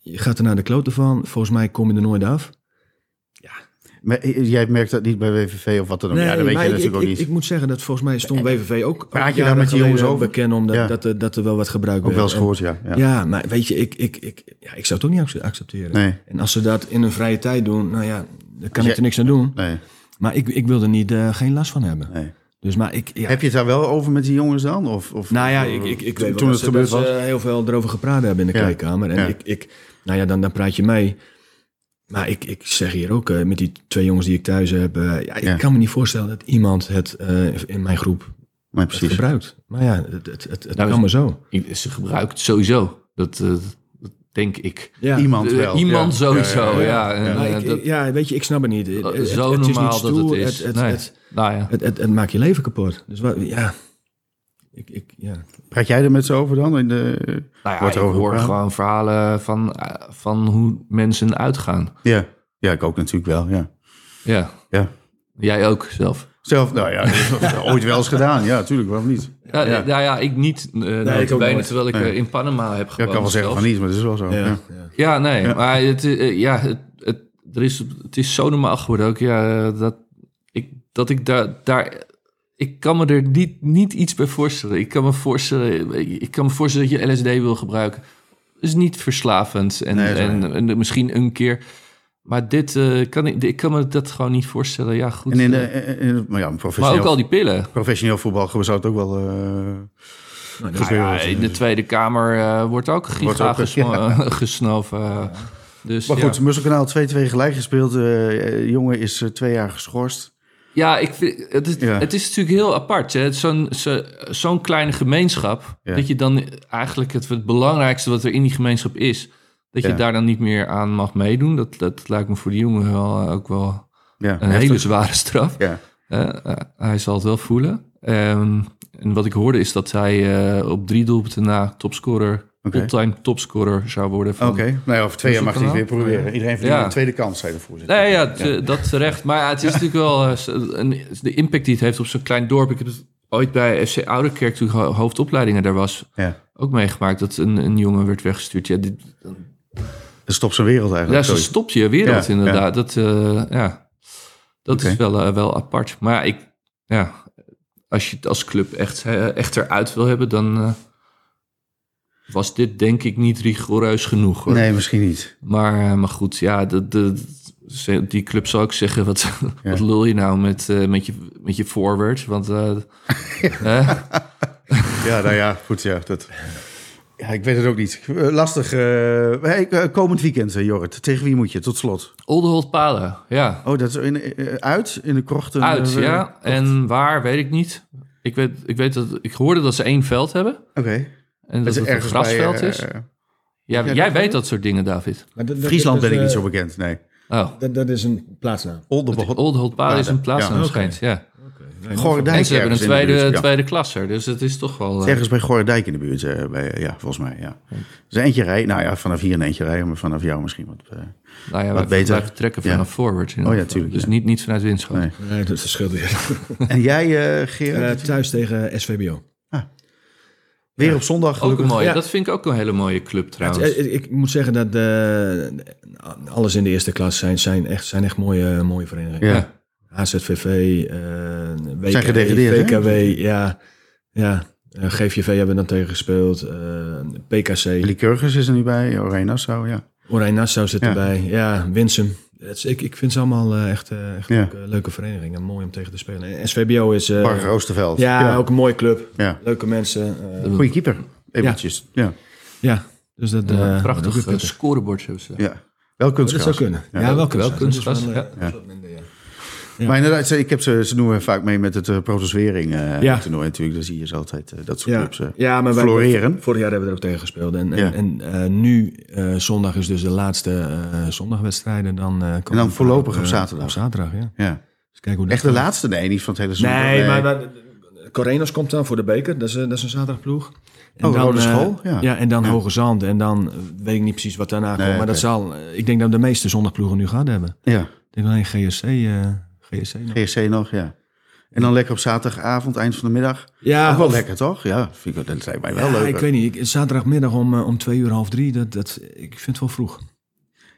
[SPEAKER 3] Je gaat er naar de kloten van. Volgens mij kom je er nooit af.
[SPEAKER 2] Maar eh, jij merkt dat niet bij WVV of wat dan ook. ja, dat weet
[SPEAKER 3] maar
[SPEAKER 2] jij
[SPEAKER 3] ik-
[SPEAKER 2] natuurlijk ook
[SPEAKER 3] ik,
[SPEAKER 2] niet.
[SPEAKER 3] Ik, moet zeggen dat volgens mij stond WVV ook...
[SPEAKER 2] Praat
[SPEAKER 3] ook
[SPEAKER 2] je daar met die
[SPEAKER 3] jaren
[SPEAKER 2] jongens
[SPEAKER 3] geleden
[SPEAKER 2] over?
[SPEAKER 3] bekend om dat,
[SPEAKER 2] Ja.
[SPEAKER 3] dat, er, dat er wel wat gebruik
[SPEAKER 2] ook wel eens
[SPEAKER 3] werd.
[SPEAKER 2] gehoord, ja.
[SPEAKER 3] En-
[SPEAKER 2] ja.
[SPEAKER 3] eh, Ja. maar weet je, ik, ik, ik, ja, ik zou het ook niet acce- accepteren.
[SPEAKER 2] Nee.
[SPEAKER 3] En als ze dat in hun vrije tijd doen, nou ja, dan kan
[SPEAKER 2] jij-
[SPEAKER 3] ik er niks aan doen.
[SPEAKER 2] Nee,
[SPEAKER 3] Maar ik, ik wil er niet, eh, geen last van hebben.
[SPEAKER 2] nee.
[SPEAKER 3] Dus maar ik... Ja,
[SPEAKER 2] Heb je het daar wel over met die jongens dan? Of, of,
[SPEAKER 3] nou ja, ik, ik, ik
[SPEAKER 2] toen,
[SPEAKER 3] weet wel
[SPEAKER 2] toen
[SPEAKER 3] dat
[SPEAKER 2] het
[SPEAKER 3] ze, eh,
[SPEAKER 2] gebeurd
[SPEAKER 3] dat
[SPEAKER 2] was?
[SPEAKER 3] ze heel veel erover gepraat hebben in de
[SPEAKER 2] Ja.
[SPEAKER 3] kleedkamer. En
[SPEAKER 2] Ja.
[SPEAKER 3] ik, ik, nou ja, dan, dan praat je mee. Maar ik, ik zeg hier ook, eh, met die twee jongens die ik thuis heb... eh, ja, ik
[SPEAKER 2] Ja.
[SPEAKER 3] kan me niet voorstellen dat iemand het eh, in mijn groep
[SPEAKER 2] nee,
[SPEAKER 3] het
[SPEAKER 2] precies.
[SPEAKER 3] gebruikt. Maar ja, het, het, het, het
[SPEAKER 1] Nou,
[SPEAKER 3] kan maar zo.
[SPEAKER 1] Ik- Ze gebruikt het sowieso. Dat, eh, dat denk ik.
[SPEAKER 3] Ja.
[SPEAKER 2] Iemand
[SPEAKER 1] Eh,
[SPEAKER 2] wel.
[SPEAKER 1] Iemand
[SPEAKER 2] ja.
[SPEAKER 1] sowieso, ja. En,
[SPEAKER 3] Maar
[SPEAKER 1] eh,
[SPEAKER 3] ik-
[SPEAKER 1] dat-
[SPEAKER 3] ja, weet je, ik snap het niet. Het, het-
[SPEAKER 1] zo
[SPEAKER 3] het is niet
[SPEAKER 1] normaal dat
[SPEAKER 3] stoer.
[SPEAKER 1] het is.
[SPEAKER 3] Het,
[SPEAKER 1] Nee.
[SPEAKER 3] het,
[SPEAKER 1] nou ja.
[SPEAKER 3] het, het- het maakt je leven kapot. Dus wat, ja... Ik, ik, ja.
[SPEAKER 2] Praat jij er met ze over dan? In de...
[SPEAKER 1] Nou ja,
[SPEAKER 2] Wordt
[SPEAKER 1] ik
[SPEAKER 2] erover
[SPEAKER 1] hoor
[SPEAKER 2] gepraat?
[SPEAKER 1] gewoon verhalen van, eh, van hoe mensen uitgaan.
[SPEAKER 2] Ja. ja, ik ook natuurlijk wel, ja.
[SPEAKER 1] Ja.
[SPEAKER 2] ja.
[SPEAKER 1] Jij ook zelf.
[SPEAKER 2] Zelf, nou ja, ooit wel eens gedaan. Ja, natuurlijk, waarom niet?
[SPEAKER 1] Ja,
[SPEAKER 2] Ja.
[SPEAKER 1] Nou ja, ik niet. eh nee,
[SPEAKER 3] ik ook nooit.
[SPEAKER 1] terwijl ik eh,
[SPEAKER 2] Nee.
[SPEAKER 1] in Panama heb
[SPEAKER 2] Ja, ik
[SPEAKER 1] gewoond.
[SPEAKER 2] kan wel zeggen
[SPEAKER 1] zelf.
[SPEAKER 2] van niet, maar dat is wel zo. Ja.
[SPEAKER 3] Ja.
[SPEAKER 1] Ja, nee. Maar het, eh, ja, het, het, er is, het is zo normaal geworden ook. Ja, eh, dat ik, dat ik daar, daar... Ik kan me er niet, niet iets bij voorstellen. Ik kan me voorstellen, ik kan me voorstellen dat je LSD wil gebruiken. Dat is niet verslavend. En,
[SPEAKER 2] Nee, dat is
[SPEAKER 1] en, en misschien een keer... Maar dit eh, kan ik, ik kan me dat gewoon niet voorstellen. Ja, goed.
[SPEAKER 2] En in,
[SPEAKER 1] eh,
[SPEAKER 2] de, in- maar ja, een
[SPEAKER 1] maar
[SPEAKER 2] professioneel,
[SPEAKER 1] ook al die pillen.
[SPEAKER 2] professioneel voetbal zou het ook wel eh
[SPEAKER 3] Nou, dat-
[SPEAKER 1] Nou ja, in de Tweede Kamer eh, wordt ook
[SPEAKER 2] Wordt
[SPEAKER 1] giga
[SPEAKER 2] ook,
[SPEAKER 1] gesno- gesnoven. eh. Dus,
[SPEAKER 2] Maar
[SPEAKER 1] ja.
[SPEAKER 2] goed, Musselkanaal 2-2 gelijk gespeeld. Eh, jongen is eh, twee jaar geschorst.
[SPEAKER 1] Ja, ik vind, het, is,
[SPEAKER 2] Ja.
[SPEAKER 1] het is natuurlijk heel apart. hè. Het is Zo'n zo, zo'n kleine gemeenschap.
[SPEAKER 2] Ja.
[SPEAKER 1] Dat je dan eigenlijk het, het belangrijkste wat er in die gemeenschap is. Dat je
[SPEAKER 2] Ja.
[SPEAKER 1] daar dan niet meer aan mag meedoen. Dat, dat lijkt me voor die jongen wel, eh, ook wel
[SPEAKER 2] Ja,
[SPEAKER 1] een
[SPEAKER 2] heftig.
[SPEAKER 1] hele zware straf.
[SPEAKER 2] Ja.
[SPEAKER 1] Eh, eh, hij zal het wel voelen. Ehm, en wat ik hoorde is dat hij eh, op drie doelpunten na topscorer,
[SPEAKER 2] Oké.
[SPEAKER 1] all-time topscorer zou worden.
[SPEAKER 2] Oké,
[SPEAKER 1] Van,
[SPEAKER 2] nou ja, over twee jaar mag hij het weer proberen. Iedereen verdient
[SPEAKER 1] Ja.
[SPEAKER 2] een tweede kans, zei de voorzitter.
[SPEAKER 1] Nee, ja, te- dat terecht. Maar ja, het is natuurlijk wel eh, zo- een, de impact die het heeft op zo'n klein dorp. Ik heb het ooit bij FC Ouderkerk, toen ik ho- hoofdopleidingen daar was,
[SPEAKER 2] Ja.
[SPEAKER 1] ook meegemaakt dat een, een jongen werd weggestuurd. Ja, dit,
[SPEAKER 2] Dat stopt zijn wereld
[SPEAKER 1] ja,
[SPEAKER 2] eigenlijk.
[SPEAKER 1] zo
[SPEAKER 2] Oh, sorry.
[SPEAKER 1] stopt je wereld
[SPEAKER 2] Ja,
[SPEAKER 1] inderdaad. Dat, eh, ja, dat
[SPEAKER 2] Oké.
[SPEAKER 1] is wel, eh, wel apart. Maar ja, ik, ja, als je het als club echt, eh, echt eruit wil hebben, dan eh, was dit denk ik niet rigoureus genoeg. Hoor.
[SPEAKER 2] nee, misschien niet.
[SPEAKER 1] Maar, eh, maar goed, ja, de, de, ze- die club zou ook zeggen: wat, wat lul je nou met, eh, met, je, met je forward? Want eh, hè?
[SPEAKER 2] Ja, nou ja, goed, ja. Dat... Ja, ik weet het ook niet. Eh, Lastig. eh, hey, eh, komend weekend, eh, Jorrit. Tegen wie moet je, tot slot?
[SPEAKER 1] Olderholt Palen, ja.
[SPEAKER 2] Oh, dat is in, eh, uit in de krochten?
[SPEAKER 1] Uit,
[SPEAKER 2] eh,
[SPEAKER 1] ja. En waar, weet ik niet. Ik, weet, ik, weet dat, ik hoorde dat ze één veld hebben.
[SPEAKER 2] Oké.
[SPEAKER 1] En dat
[SPEAKER 2] is
[SPEAKER 1] het een
[SPEAKER 2] ergens bij,
[SPEAKER 1] grasveld
[SPEAKER 2] eh,
[SPEAKER 1] is. jij jij weet dat soort dingen, David.
[SPEAKER 3] maar dat- dat-
[SPEAKER 2] Friesland
[SPEAKER 1] dus,
[SPEAKER 3] dat-
[SPEAKER 2] ben ik niet
[SPEAKER 3] dat-
[SPEAKER 1] eh,
[SPEAKER 2] zo bekend, nee.
[SPEAKER 1] Oh.
[SPEAKER 3] Dat, dat is een plaatsnaam.
[SPEAKER 2] Oldenbo-
[SPEAKER 1] Olderholt Palen is een
[SPEAKER 2] Ja,
[SPEAKER 1] plaatsnaam
[SPEAKER 2] oké.
[SPEAKER 1] schijnt, ja.
[SPEAKER 2] Gorendijk
[SPEAKER 1] En ze hebben een
[SPEAKER 2] ergens in de buurt,
[SPEAKER 1] tweede,
[SPEAKER 2] ja.
[SPEAKER 1] tweede klasser, dus het is toch wel... eh,
[SPEAKER 2] Ergens bij Gorendijk in de buurt, eh, bij, eh, ja, volgens mij, ja. Dus eentje rijden, nou ja, vanaf hier een eentje rijden, maar vanaf jou misschien wat. eh,
[SPEAKER 1] nou ja,
[SPEAKER 2] wat
[SPEAKER 1] wij,
[SPEAKER 2] beter.
[SPEAKER 1] wij vertrekken
[SPEAKER 2] Ja. Oh
[SPEAKER 1] vanaf forward. in ieder
[SPEAKER 2] ja,
[SPEAKER 1] geval.
[SPEAKER 2] tuurlijk,
[SPEAKER 1] Dus
[SPEAKER 2] ja.
[SPEAKER 1] niet, niet vanuit Winschoten.
[SPEAKER 2] Nee.
[SPEAKER 3] Nee, dat verschilt weer.
[SPEAKER 2] En jij, eh Gerard?
[SPEAKER 3] Eh, thuis tegen SVBO.
[SPEAKER 2] Oh, weer op zondag
[SPEAKER 1] Ook een
[SPEAKER 2] gelukkig.
[SPEAKER 1] mooie,
[SPEAKER 3] Ja.
[SPEAKER 1] dat vind ik ook een hele mooie club trouwens.
[SPEAKER 3] Eh, eh, Ik moet zeggen dat eh, alles in de eerste klas zijn, zijn, echt, zijn echt mooie, mooie verenigingen.
[SPEAKER 2] Ja.
[SPEAKER 1] Ja.
[SPEAKER 3] HZVV, eh WK,
[SPEAKER 2] Zijn gedegradeerd, hè?
[SPEAKER 3] VKW, ja. ja. Eh, GVV hebben dan tegen gespeeld. eh, PKC,
[SPEAKER 2] Lycurgus is er nu bij, Oranje Nassau, ja.
[SPEAKER 3] Oranje Nassau zit
[SPEAKER 2] Ja.
[SPEAKER 3] erbij. Ja, Winsum. Het is- ik, ik vind ze allemaal eh, echt, eh, echt
[SPEAKER 2] Ja.
[SPEAKER 3] leuke, leuke verenigingen. Mooi om tegen te spelen. En SVBO is... eh,
[SPEAKER 2] Park Oosterveld.
[SPEAKER 3] ja, ook een mooie club.
[SPEAKER 2] Ja.
[SPEAKER 3] Leuke mensen. eh,
[SPEAKER 2] Goeie keeper, eventjes. Ja.
[SPEAKER 3] ja, dus dat...
[SPEAKER 1] Ja,
[SPEAKER 3] eh, dat is
[SPEAKER 1] prachtig
[SPEAKER 3] ook
[SPEAKER 1] eh,
[SPEAKER 3] prettig.
[SPEAKER 1] scorebord hebben ze.
[SPEAKER 2] ja. Wel
[SPEAKER 3] Dat
[SPEAKER 2] kunstgras.
[SPEAKER 3] zou kunnen. Ja,
[SPEAKER 2] Ja,
[SPEAKER 3] wel
[SPEAKER 1] wel kunstgras,
[SPEAKER 3] Dat is wel, eh,
[SPEAKER 2] ja.
[SPEAKER 3] dat is wat minder, ja.
[SPEAKER 2] Maar inderdaad, ze- ik heb ze, ze noemen vaak mee met het eh, protoswering eh,
[SPEAKER 3] Ja.
[SPEAKER 2] toernooi natuurlijk. Dan zie je ze altijd, eh, dat soort
[SPEAKER 3] Ja,
[SPEAKER 2] clubs. eh.
[SPEAKER 3] ja, maar wij-
[SPEAKER 2] floreren.
[SPEAKER 3] vorig jaar hebben we er ook tegen gespeeld. En, en,
[SPEAKER 2] Ja.
[SPEAKER 3] en eh, nu, eh, zondag is dus de laatste eh, zondagwedstrijden. Dan, eh, komen
[SPEAKER 2] dan
[SPEAKER 3] we
[SPEAKER 2] voorlopig op
[SPEAKER 3] eh,
[SPEAKER 2] zaterdag.
[SPEAKER 3] Op zaterdag, ja.
[SPEAKER 2] Ja.
[SPEAKER 3] Dus kijk hoe dat
[SPEAKER 2] Echt de
[SPEAKER 3] gaat.
[SPEAKER 2] laatste? Nee, niet van het hele seizoen.
[SPEAKER 3] Nee, maar, maar Corenos komt dan voor de beker. Dat is, eh, dat is een zaterdagploeg. En
[SPEAKER 2] Oh, Rode
[SPEAKER 3] eh,
[SPEAKER 2] School, ja.
[SPEAKER 3] en dan
[SPEAKER 2] Ja.
[SPEAKER 3] Hoge Zand. En dan eh, weet ik niet precies wat daarna komt. Maar
[SPEAKER 2] oké.
[SPEAKER 3] dat zal, eh, ik denk dat we de meeste zondagploegen nu gehad hebben.
[SPEAKER 2] Ja,
[SPEAKER 3] Ik denk alleen GSC. eh GSC nog.
[SPEAKER 2] GSC nog, ja. En dan lekker op zaterdagavond, eind van de middag.
[SPEAKER 3] Ja,
[SPEAKER 2] Ook wel
[SPEAKER 3] of-
[SPEAKER 2] lekker, toch? Ja, vind ik, dat lijkt mij wel
[SPEAKER 3] Ja,
[SPEAKER 2] leuk.
[SPEAKER 3] Ik weet niet, ik, zaterdagmiddag om, eh, om twee uur, half drie, dat, dat, ik vind het wel vroeg.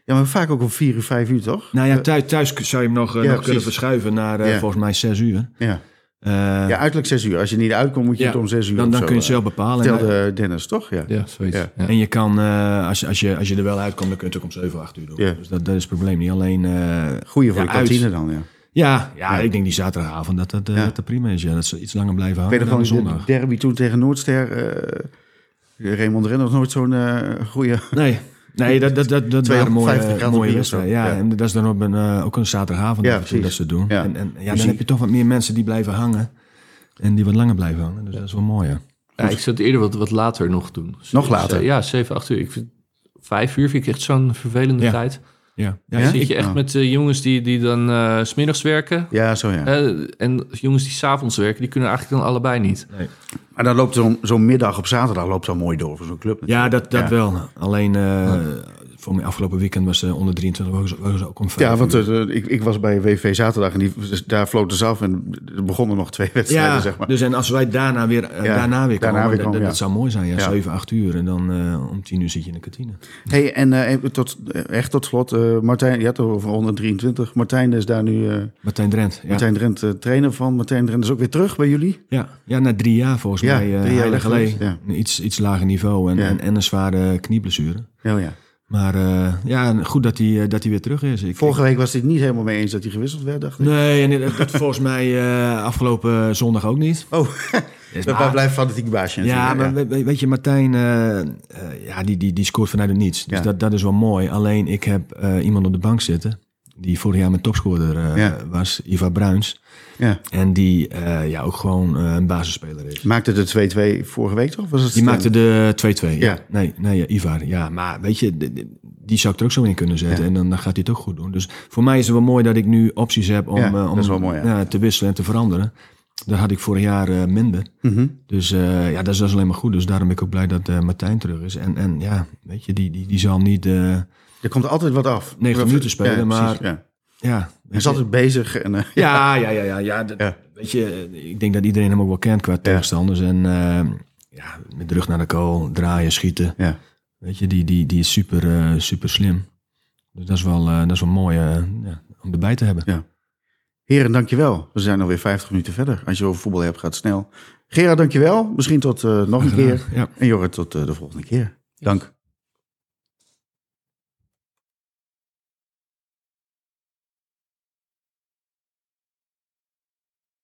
[SPEAKER 2] Ja, maar vaak ook om vier uur, vijf uur, toch?
[SPEAKER 3] Nou ja, thuis, thuis zou je hem nog, eh,
[SPEAKER 2] ja,
[SPEAKER 3] nog kunnen
[SPEAKER 2] precies.
[SPEAKER 3] verschuiven naar eh,
[SPEAKER 2] Ja.
[SPEAKER 3] volgens mij zes uur.
[SPEAKER 2] Ja.
[SPEAKER 3] Eh,
[SPEAKER 2] Ja, uiterlijk zes uur. Als je niet uitkomt, moet je
[SPEAKER 3] ja,
[SPEAKER 2] het om zes uur
[SPEAKER 3] Dan,
[SPEAKER 2] of
[SPEAKER 3] dan
[SPEAKER 2] zo,
[SPEAKER 3] kun je het
[SPEAKER 2] eh,
[SPEAKER 3] zelf bepalen. En-
[SPEAKER 2] Vertelde Dennis, toch? Ja.
[SPEAKER 1] Ja, zoiets.
[SPEAKER 2] Ja.
[SPEAKER 1] Ja.
[SPEAKER 3] En je kan, eh, als, je- als, je, als je er wel uitkomt, dan kun je het ook om 7, 8 uur doen.
[SPEAKER 2] Ja.
[SPEAKER 3] Dus dat, dat is het probleem niet. Alleen. eh,
[SPEAKER 2] Goeie voor
[SPEAKER 3] ja,
[SPEAKER 2] de
[SPEAKER 3] uit.
[SPEAKER 2] kantine dan, ja.
[SPEAKER 3] Ja, ja, ik denk die zaterdagavond dat dat, eh,
[SPEAKER 2] Ja.
[SPEAKER 3] dat dat prima is. Ja, dat ze iets langer blijven
[SPEAKER 2] Ik weet
[SPEAKER 3] hangen
[SPEAKER 2] nog
[SPEAKER 3] dan
[SPEAKER 2] wel,
[SPEAKER 3] de
[SPEAKER 2] in de
[SPEAKER 3] zondag.
[SPEAKER 2] derby toen tegen Noordster... eh, Raymond Ren was nooit zo'n eh goede...
[SPEAKER 3] Nee, nee dat, dat, dat, dat waren
[SPEAKER 2] 250
[SPEAKER 3] mooie,
[SPEAKER 2] graden
[SPEAKER 3] mooie
[SPEAKER 2] bier of zo.
[SPEAKER 3] wedstrijden. Ja,
[SPEAKER 2] Ja.
[SPEAKER 3] En dat is dan op een, eh, ook een zaterdagavond
[SPEAKER 2] Ja,
[SPEAKER 3] dat, ze-
[SPEAKER 2] precies.
[SPEAKER 3] dat ze het doen.
[SPEAKER 2] Ja.
[SPEAKER 3] En, en ja, dan
[SPEAKER 2] Muziek.
[SPEAKER 3] heb je toch wat meer mensen die blijven hangen. En die wat langer blijven hangen. Dus dat is wel mooi, ja.
[SPEAKER 1] Ja, ik zou het eerder wat, wat later nog doen. Dus
[SPEAKER 2] Nog later?
[SPEAKER 1] Ja, 7, 8 uur. Ik vind, 5 uur vind ik echt zo'n vervelende
[SPEAKER 3] Ja.
[SPEAKER 1] tijd.
[SPEAKER 3] Ja, ja,
[SPEAKER 1] Dan
[SPEAKER 2] Ja?
[SPEAKER 1] zit je
[SPEAKER 2] Ik-
[SPEAKER 1] echt
[SPEAKER 2] nou.
[SPEAKER 1] met eh, jongens die, die dan eh, s smiddags werken.
[SPEAKER 2] Ja, zo
[SPEAKER 3] Eh.
[SPEAKER 2] ja.
[SPEAKER 1] hè, en jongens die s'avonds werken, die kunnen eigenlijk dan allebei niet.
[SPEAKER 2] Maar dan loopt zo'n zo'n middag op zaterdag loopt zo mooi door voor zo'n club.
[SPEAKER 3] Ja, dat, dat
[SPEAKER 2] Ja.
[SPEAKER 3] wel. Alleen eh, voor mijn afgelopen weekend was eh, onder 23 was, was ook om vijf
[SPEAKER 2] Ja, want
[SPEAKER 3] uur.
[SPEAKER 2] eh, ik, ik was bij WV zaterdag en die, daar floten ze af en er begonnen nog twee wedstrijden,
[SPEAKER 3] ja,
[SPEAKER 2] zeg maar.
[SPEAKER 3] dus en als wij daarna weer, eh,
[SPEAKER 2] Ja,
[SPEAKER 3] daarna weer
[SPEAKER 2] daarna
[SPEAKER 3] komen,
[SPEAKER 2] weer
[SPEAKER 3] dat-
[SPEAKER 2] komen,
[SPEAKER 3] dat,
[SPEAKER 2] ja.
[SPEAKER 3] dat zou mooi zijn. Ja,
[SPEAKER 2] Ja.
[SPEAKER 3] 7, 8 uur en dan eh, om 10 uur zit je in de kantine.
[SPEAKER 2] Hey, en eh, even tot, eh, echt tot slot, eh, Martijn, je had het over 123. Martijn is daar nu, eh,
[SPEAKER 3] Martijn Drent. Ja,
[SPEAKER 2] Martijn Drent eh, trainer van. Martijn Drent is ook weer terug bij jullie.
[SPEAKER 3] ja. ja na drie jaar volgens
[SPEAKER 2] Ja,
[SPEAKER 3] mij. eh
[SPEAKER 2] drie jaar
[SPEAKER 3] heilig
[SPEAKER 2] weg geweest,
[SPEAKER 3] alleen. Een Iets, iets lager niveau en,
[SPEAKER 2] Ja.
[SPEAKER 3] en, en een zware knieblessure.
[SPEAKER 2] Ja, ja.
[SPEAKER 3] Maar eh, ja, goed dat hij, eh, dat hij weer terug is. Ik,
[SPEAKER 2] Vorige week was hij het niet helemaal mee eens dat hij gewisseld werd, dacht ik.
[SPEAKER 3] Nee, en dat, dat volgens mij eh, afgelopen zondag ook niet.
[SPEAKER 2] Oh,
[SPEAKER 3] Dus
[SPEAKER 2] dat
[SPEAKER 3] maar-
[SPEAKER 2] blijft fanatiek baasje.
[SPEAKER 3] ja, maar
[SPEAKER 2] natuurlijk,
[SPEAKER 3] we- we- weet je, Martijn, eh, eh, ja, die, die, die scoort vanuit het niets. Dus
[SPEAKER 2] Ja.
[SPEAKER 3] dat, dat is wel mooi. Alleen ik heb eh, iemand op de bank zitten die vorig jaar mijn topscorer eh,
[SPEAKER 2] Ja.
[SPEAKER 3] was, Ivar Bruins.
[SPEAKER 2] ja.
[SPEAKER 3] En die eh, ja, ook gewoon eh, een basisspeler is.
[SPEAKER 2] Maakte de 2-2 vorige week toch? Was het eh,
[SPEAKER 3] Die maakte de 2-2. Ja.
[SPEAKER 2] Ja.
[SPEAKER 3] Nee, nee, ja, Ivar. Ja, maar weet je, de- de- die zou ik er ook zo in kunnen zetten.
[SPEAKER 2] Ja.
[SPEAKER 3] En dan, dan gaat hij het ook goed doen. Dus voor mij is het wel mooi dat ik nu opties heb om,
[SPEAKER 2] Ja,
[SPEAKER 3] eh,
[SPEAKER 2] dat
[SPEAKER 3] om
[SPEAKER 2] is wel mooi, ja.
[SPEAKER 3] ja, te wisselen en te veranderen. Dat had ik vorig jaar eh, minder.
[SPEAKER 2] Mhm.
[SPEAKER 3] Dus eh, ja, dat is, dat is alleen maar goed. Dus daarom ben ik ook blij dat eh, Martijn terug is. En, en ja, weet je, die, die, die zal niet... eh,
[SPEAKER 2] Er komt altijd wat af.
[SPEAKER 3] 90
[SPEAKER 2] Of-
[SPEAKER 3] minuten spelen,
[SPEAKER 2] ja, precies,
[SPEAKER 3] maar-
[SPEAKER 2] ja.
[SPEAKER 3] ja,
[SPEAKER 2] Hij is altijd bezig. En, eh,
[SPEAKER 3] Ja, ja, ja, ja. ja, dat-
[SPEAKER 2] Ja.
[SPEAKER 3] Weet je, ik denk dat iedereen hem ook wel kent qua tegenstanders. En eh, ja, met de rug naar de kool, draaien, schieten.
[SPEAKER 2] ja.
[SPEAKER 3] Weet je, die, die, die is super, eh, super slim. Dus dat is wel, eh, dat is wel mooi eh, ja, om erbij te hebben.
[SPEAKER 2] Heren, dankjewel. We zijn alweer 50 minuten verder. Als je over voetbal hebt, gaat het snel. Gerard, dankjewel. Misschien tot eh, nog een keer.
[SPEAKER 3] Ja.
[SPEAKER 2] En Jorrit, tot eh, de volgende keer. Dank.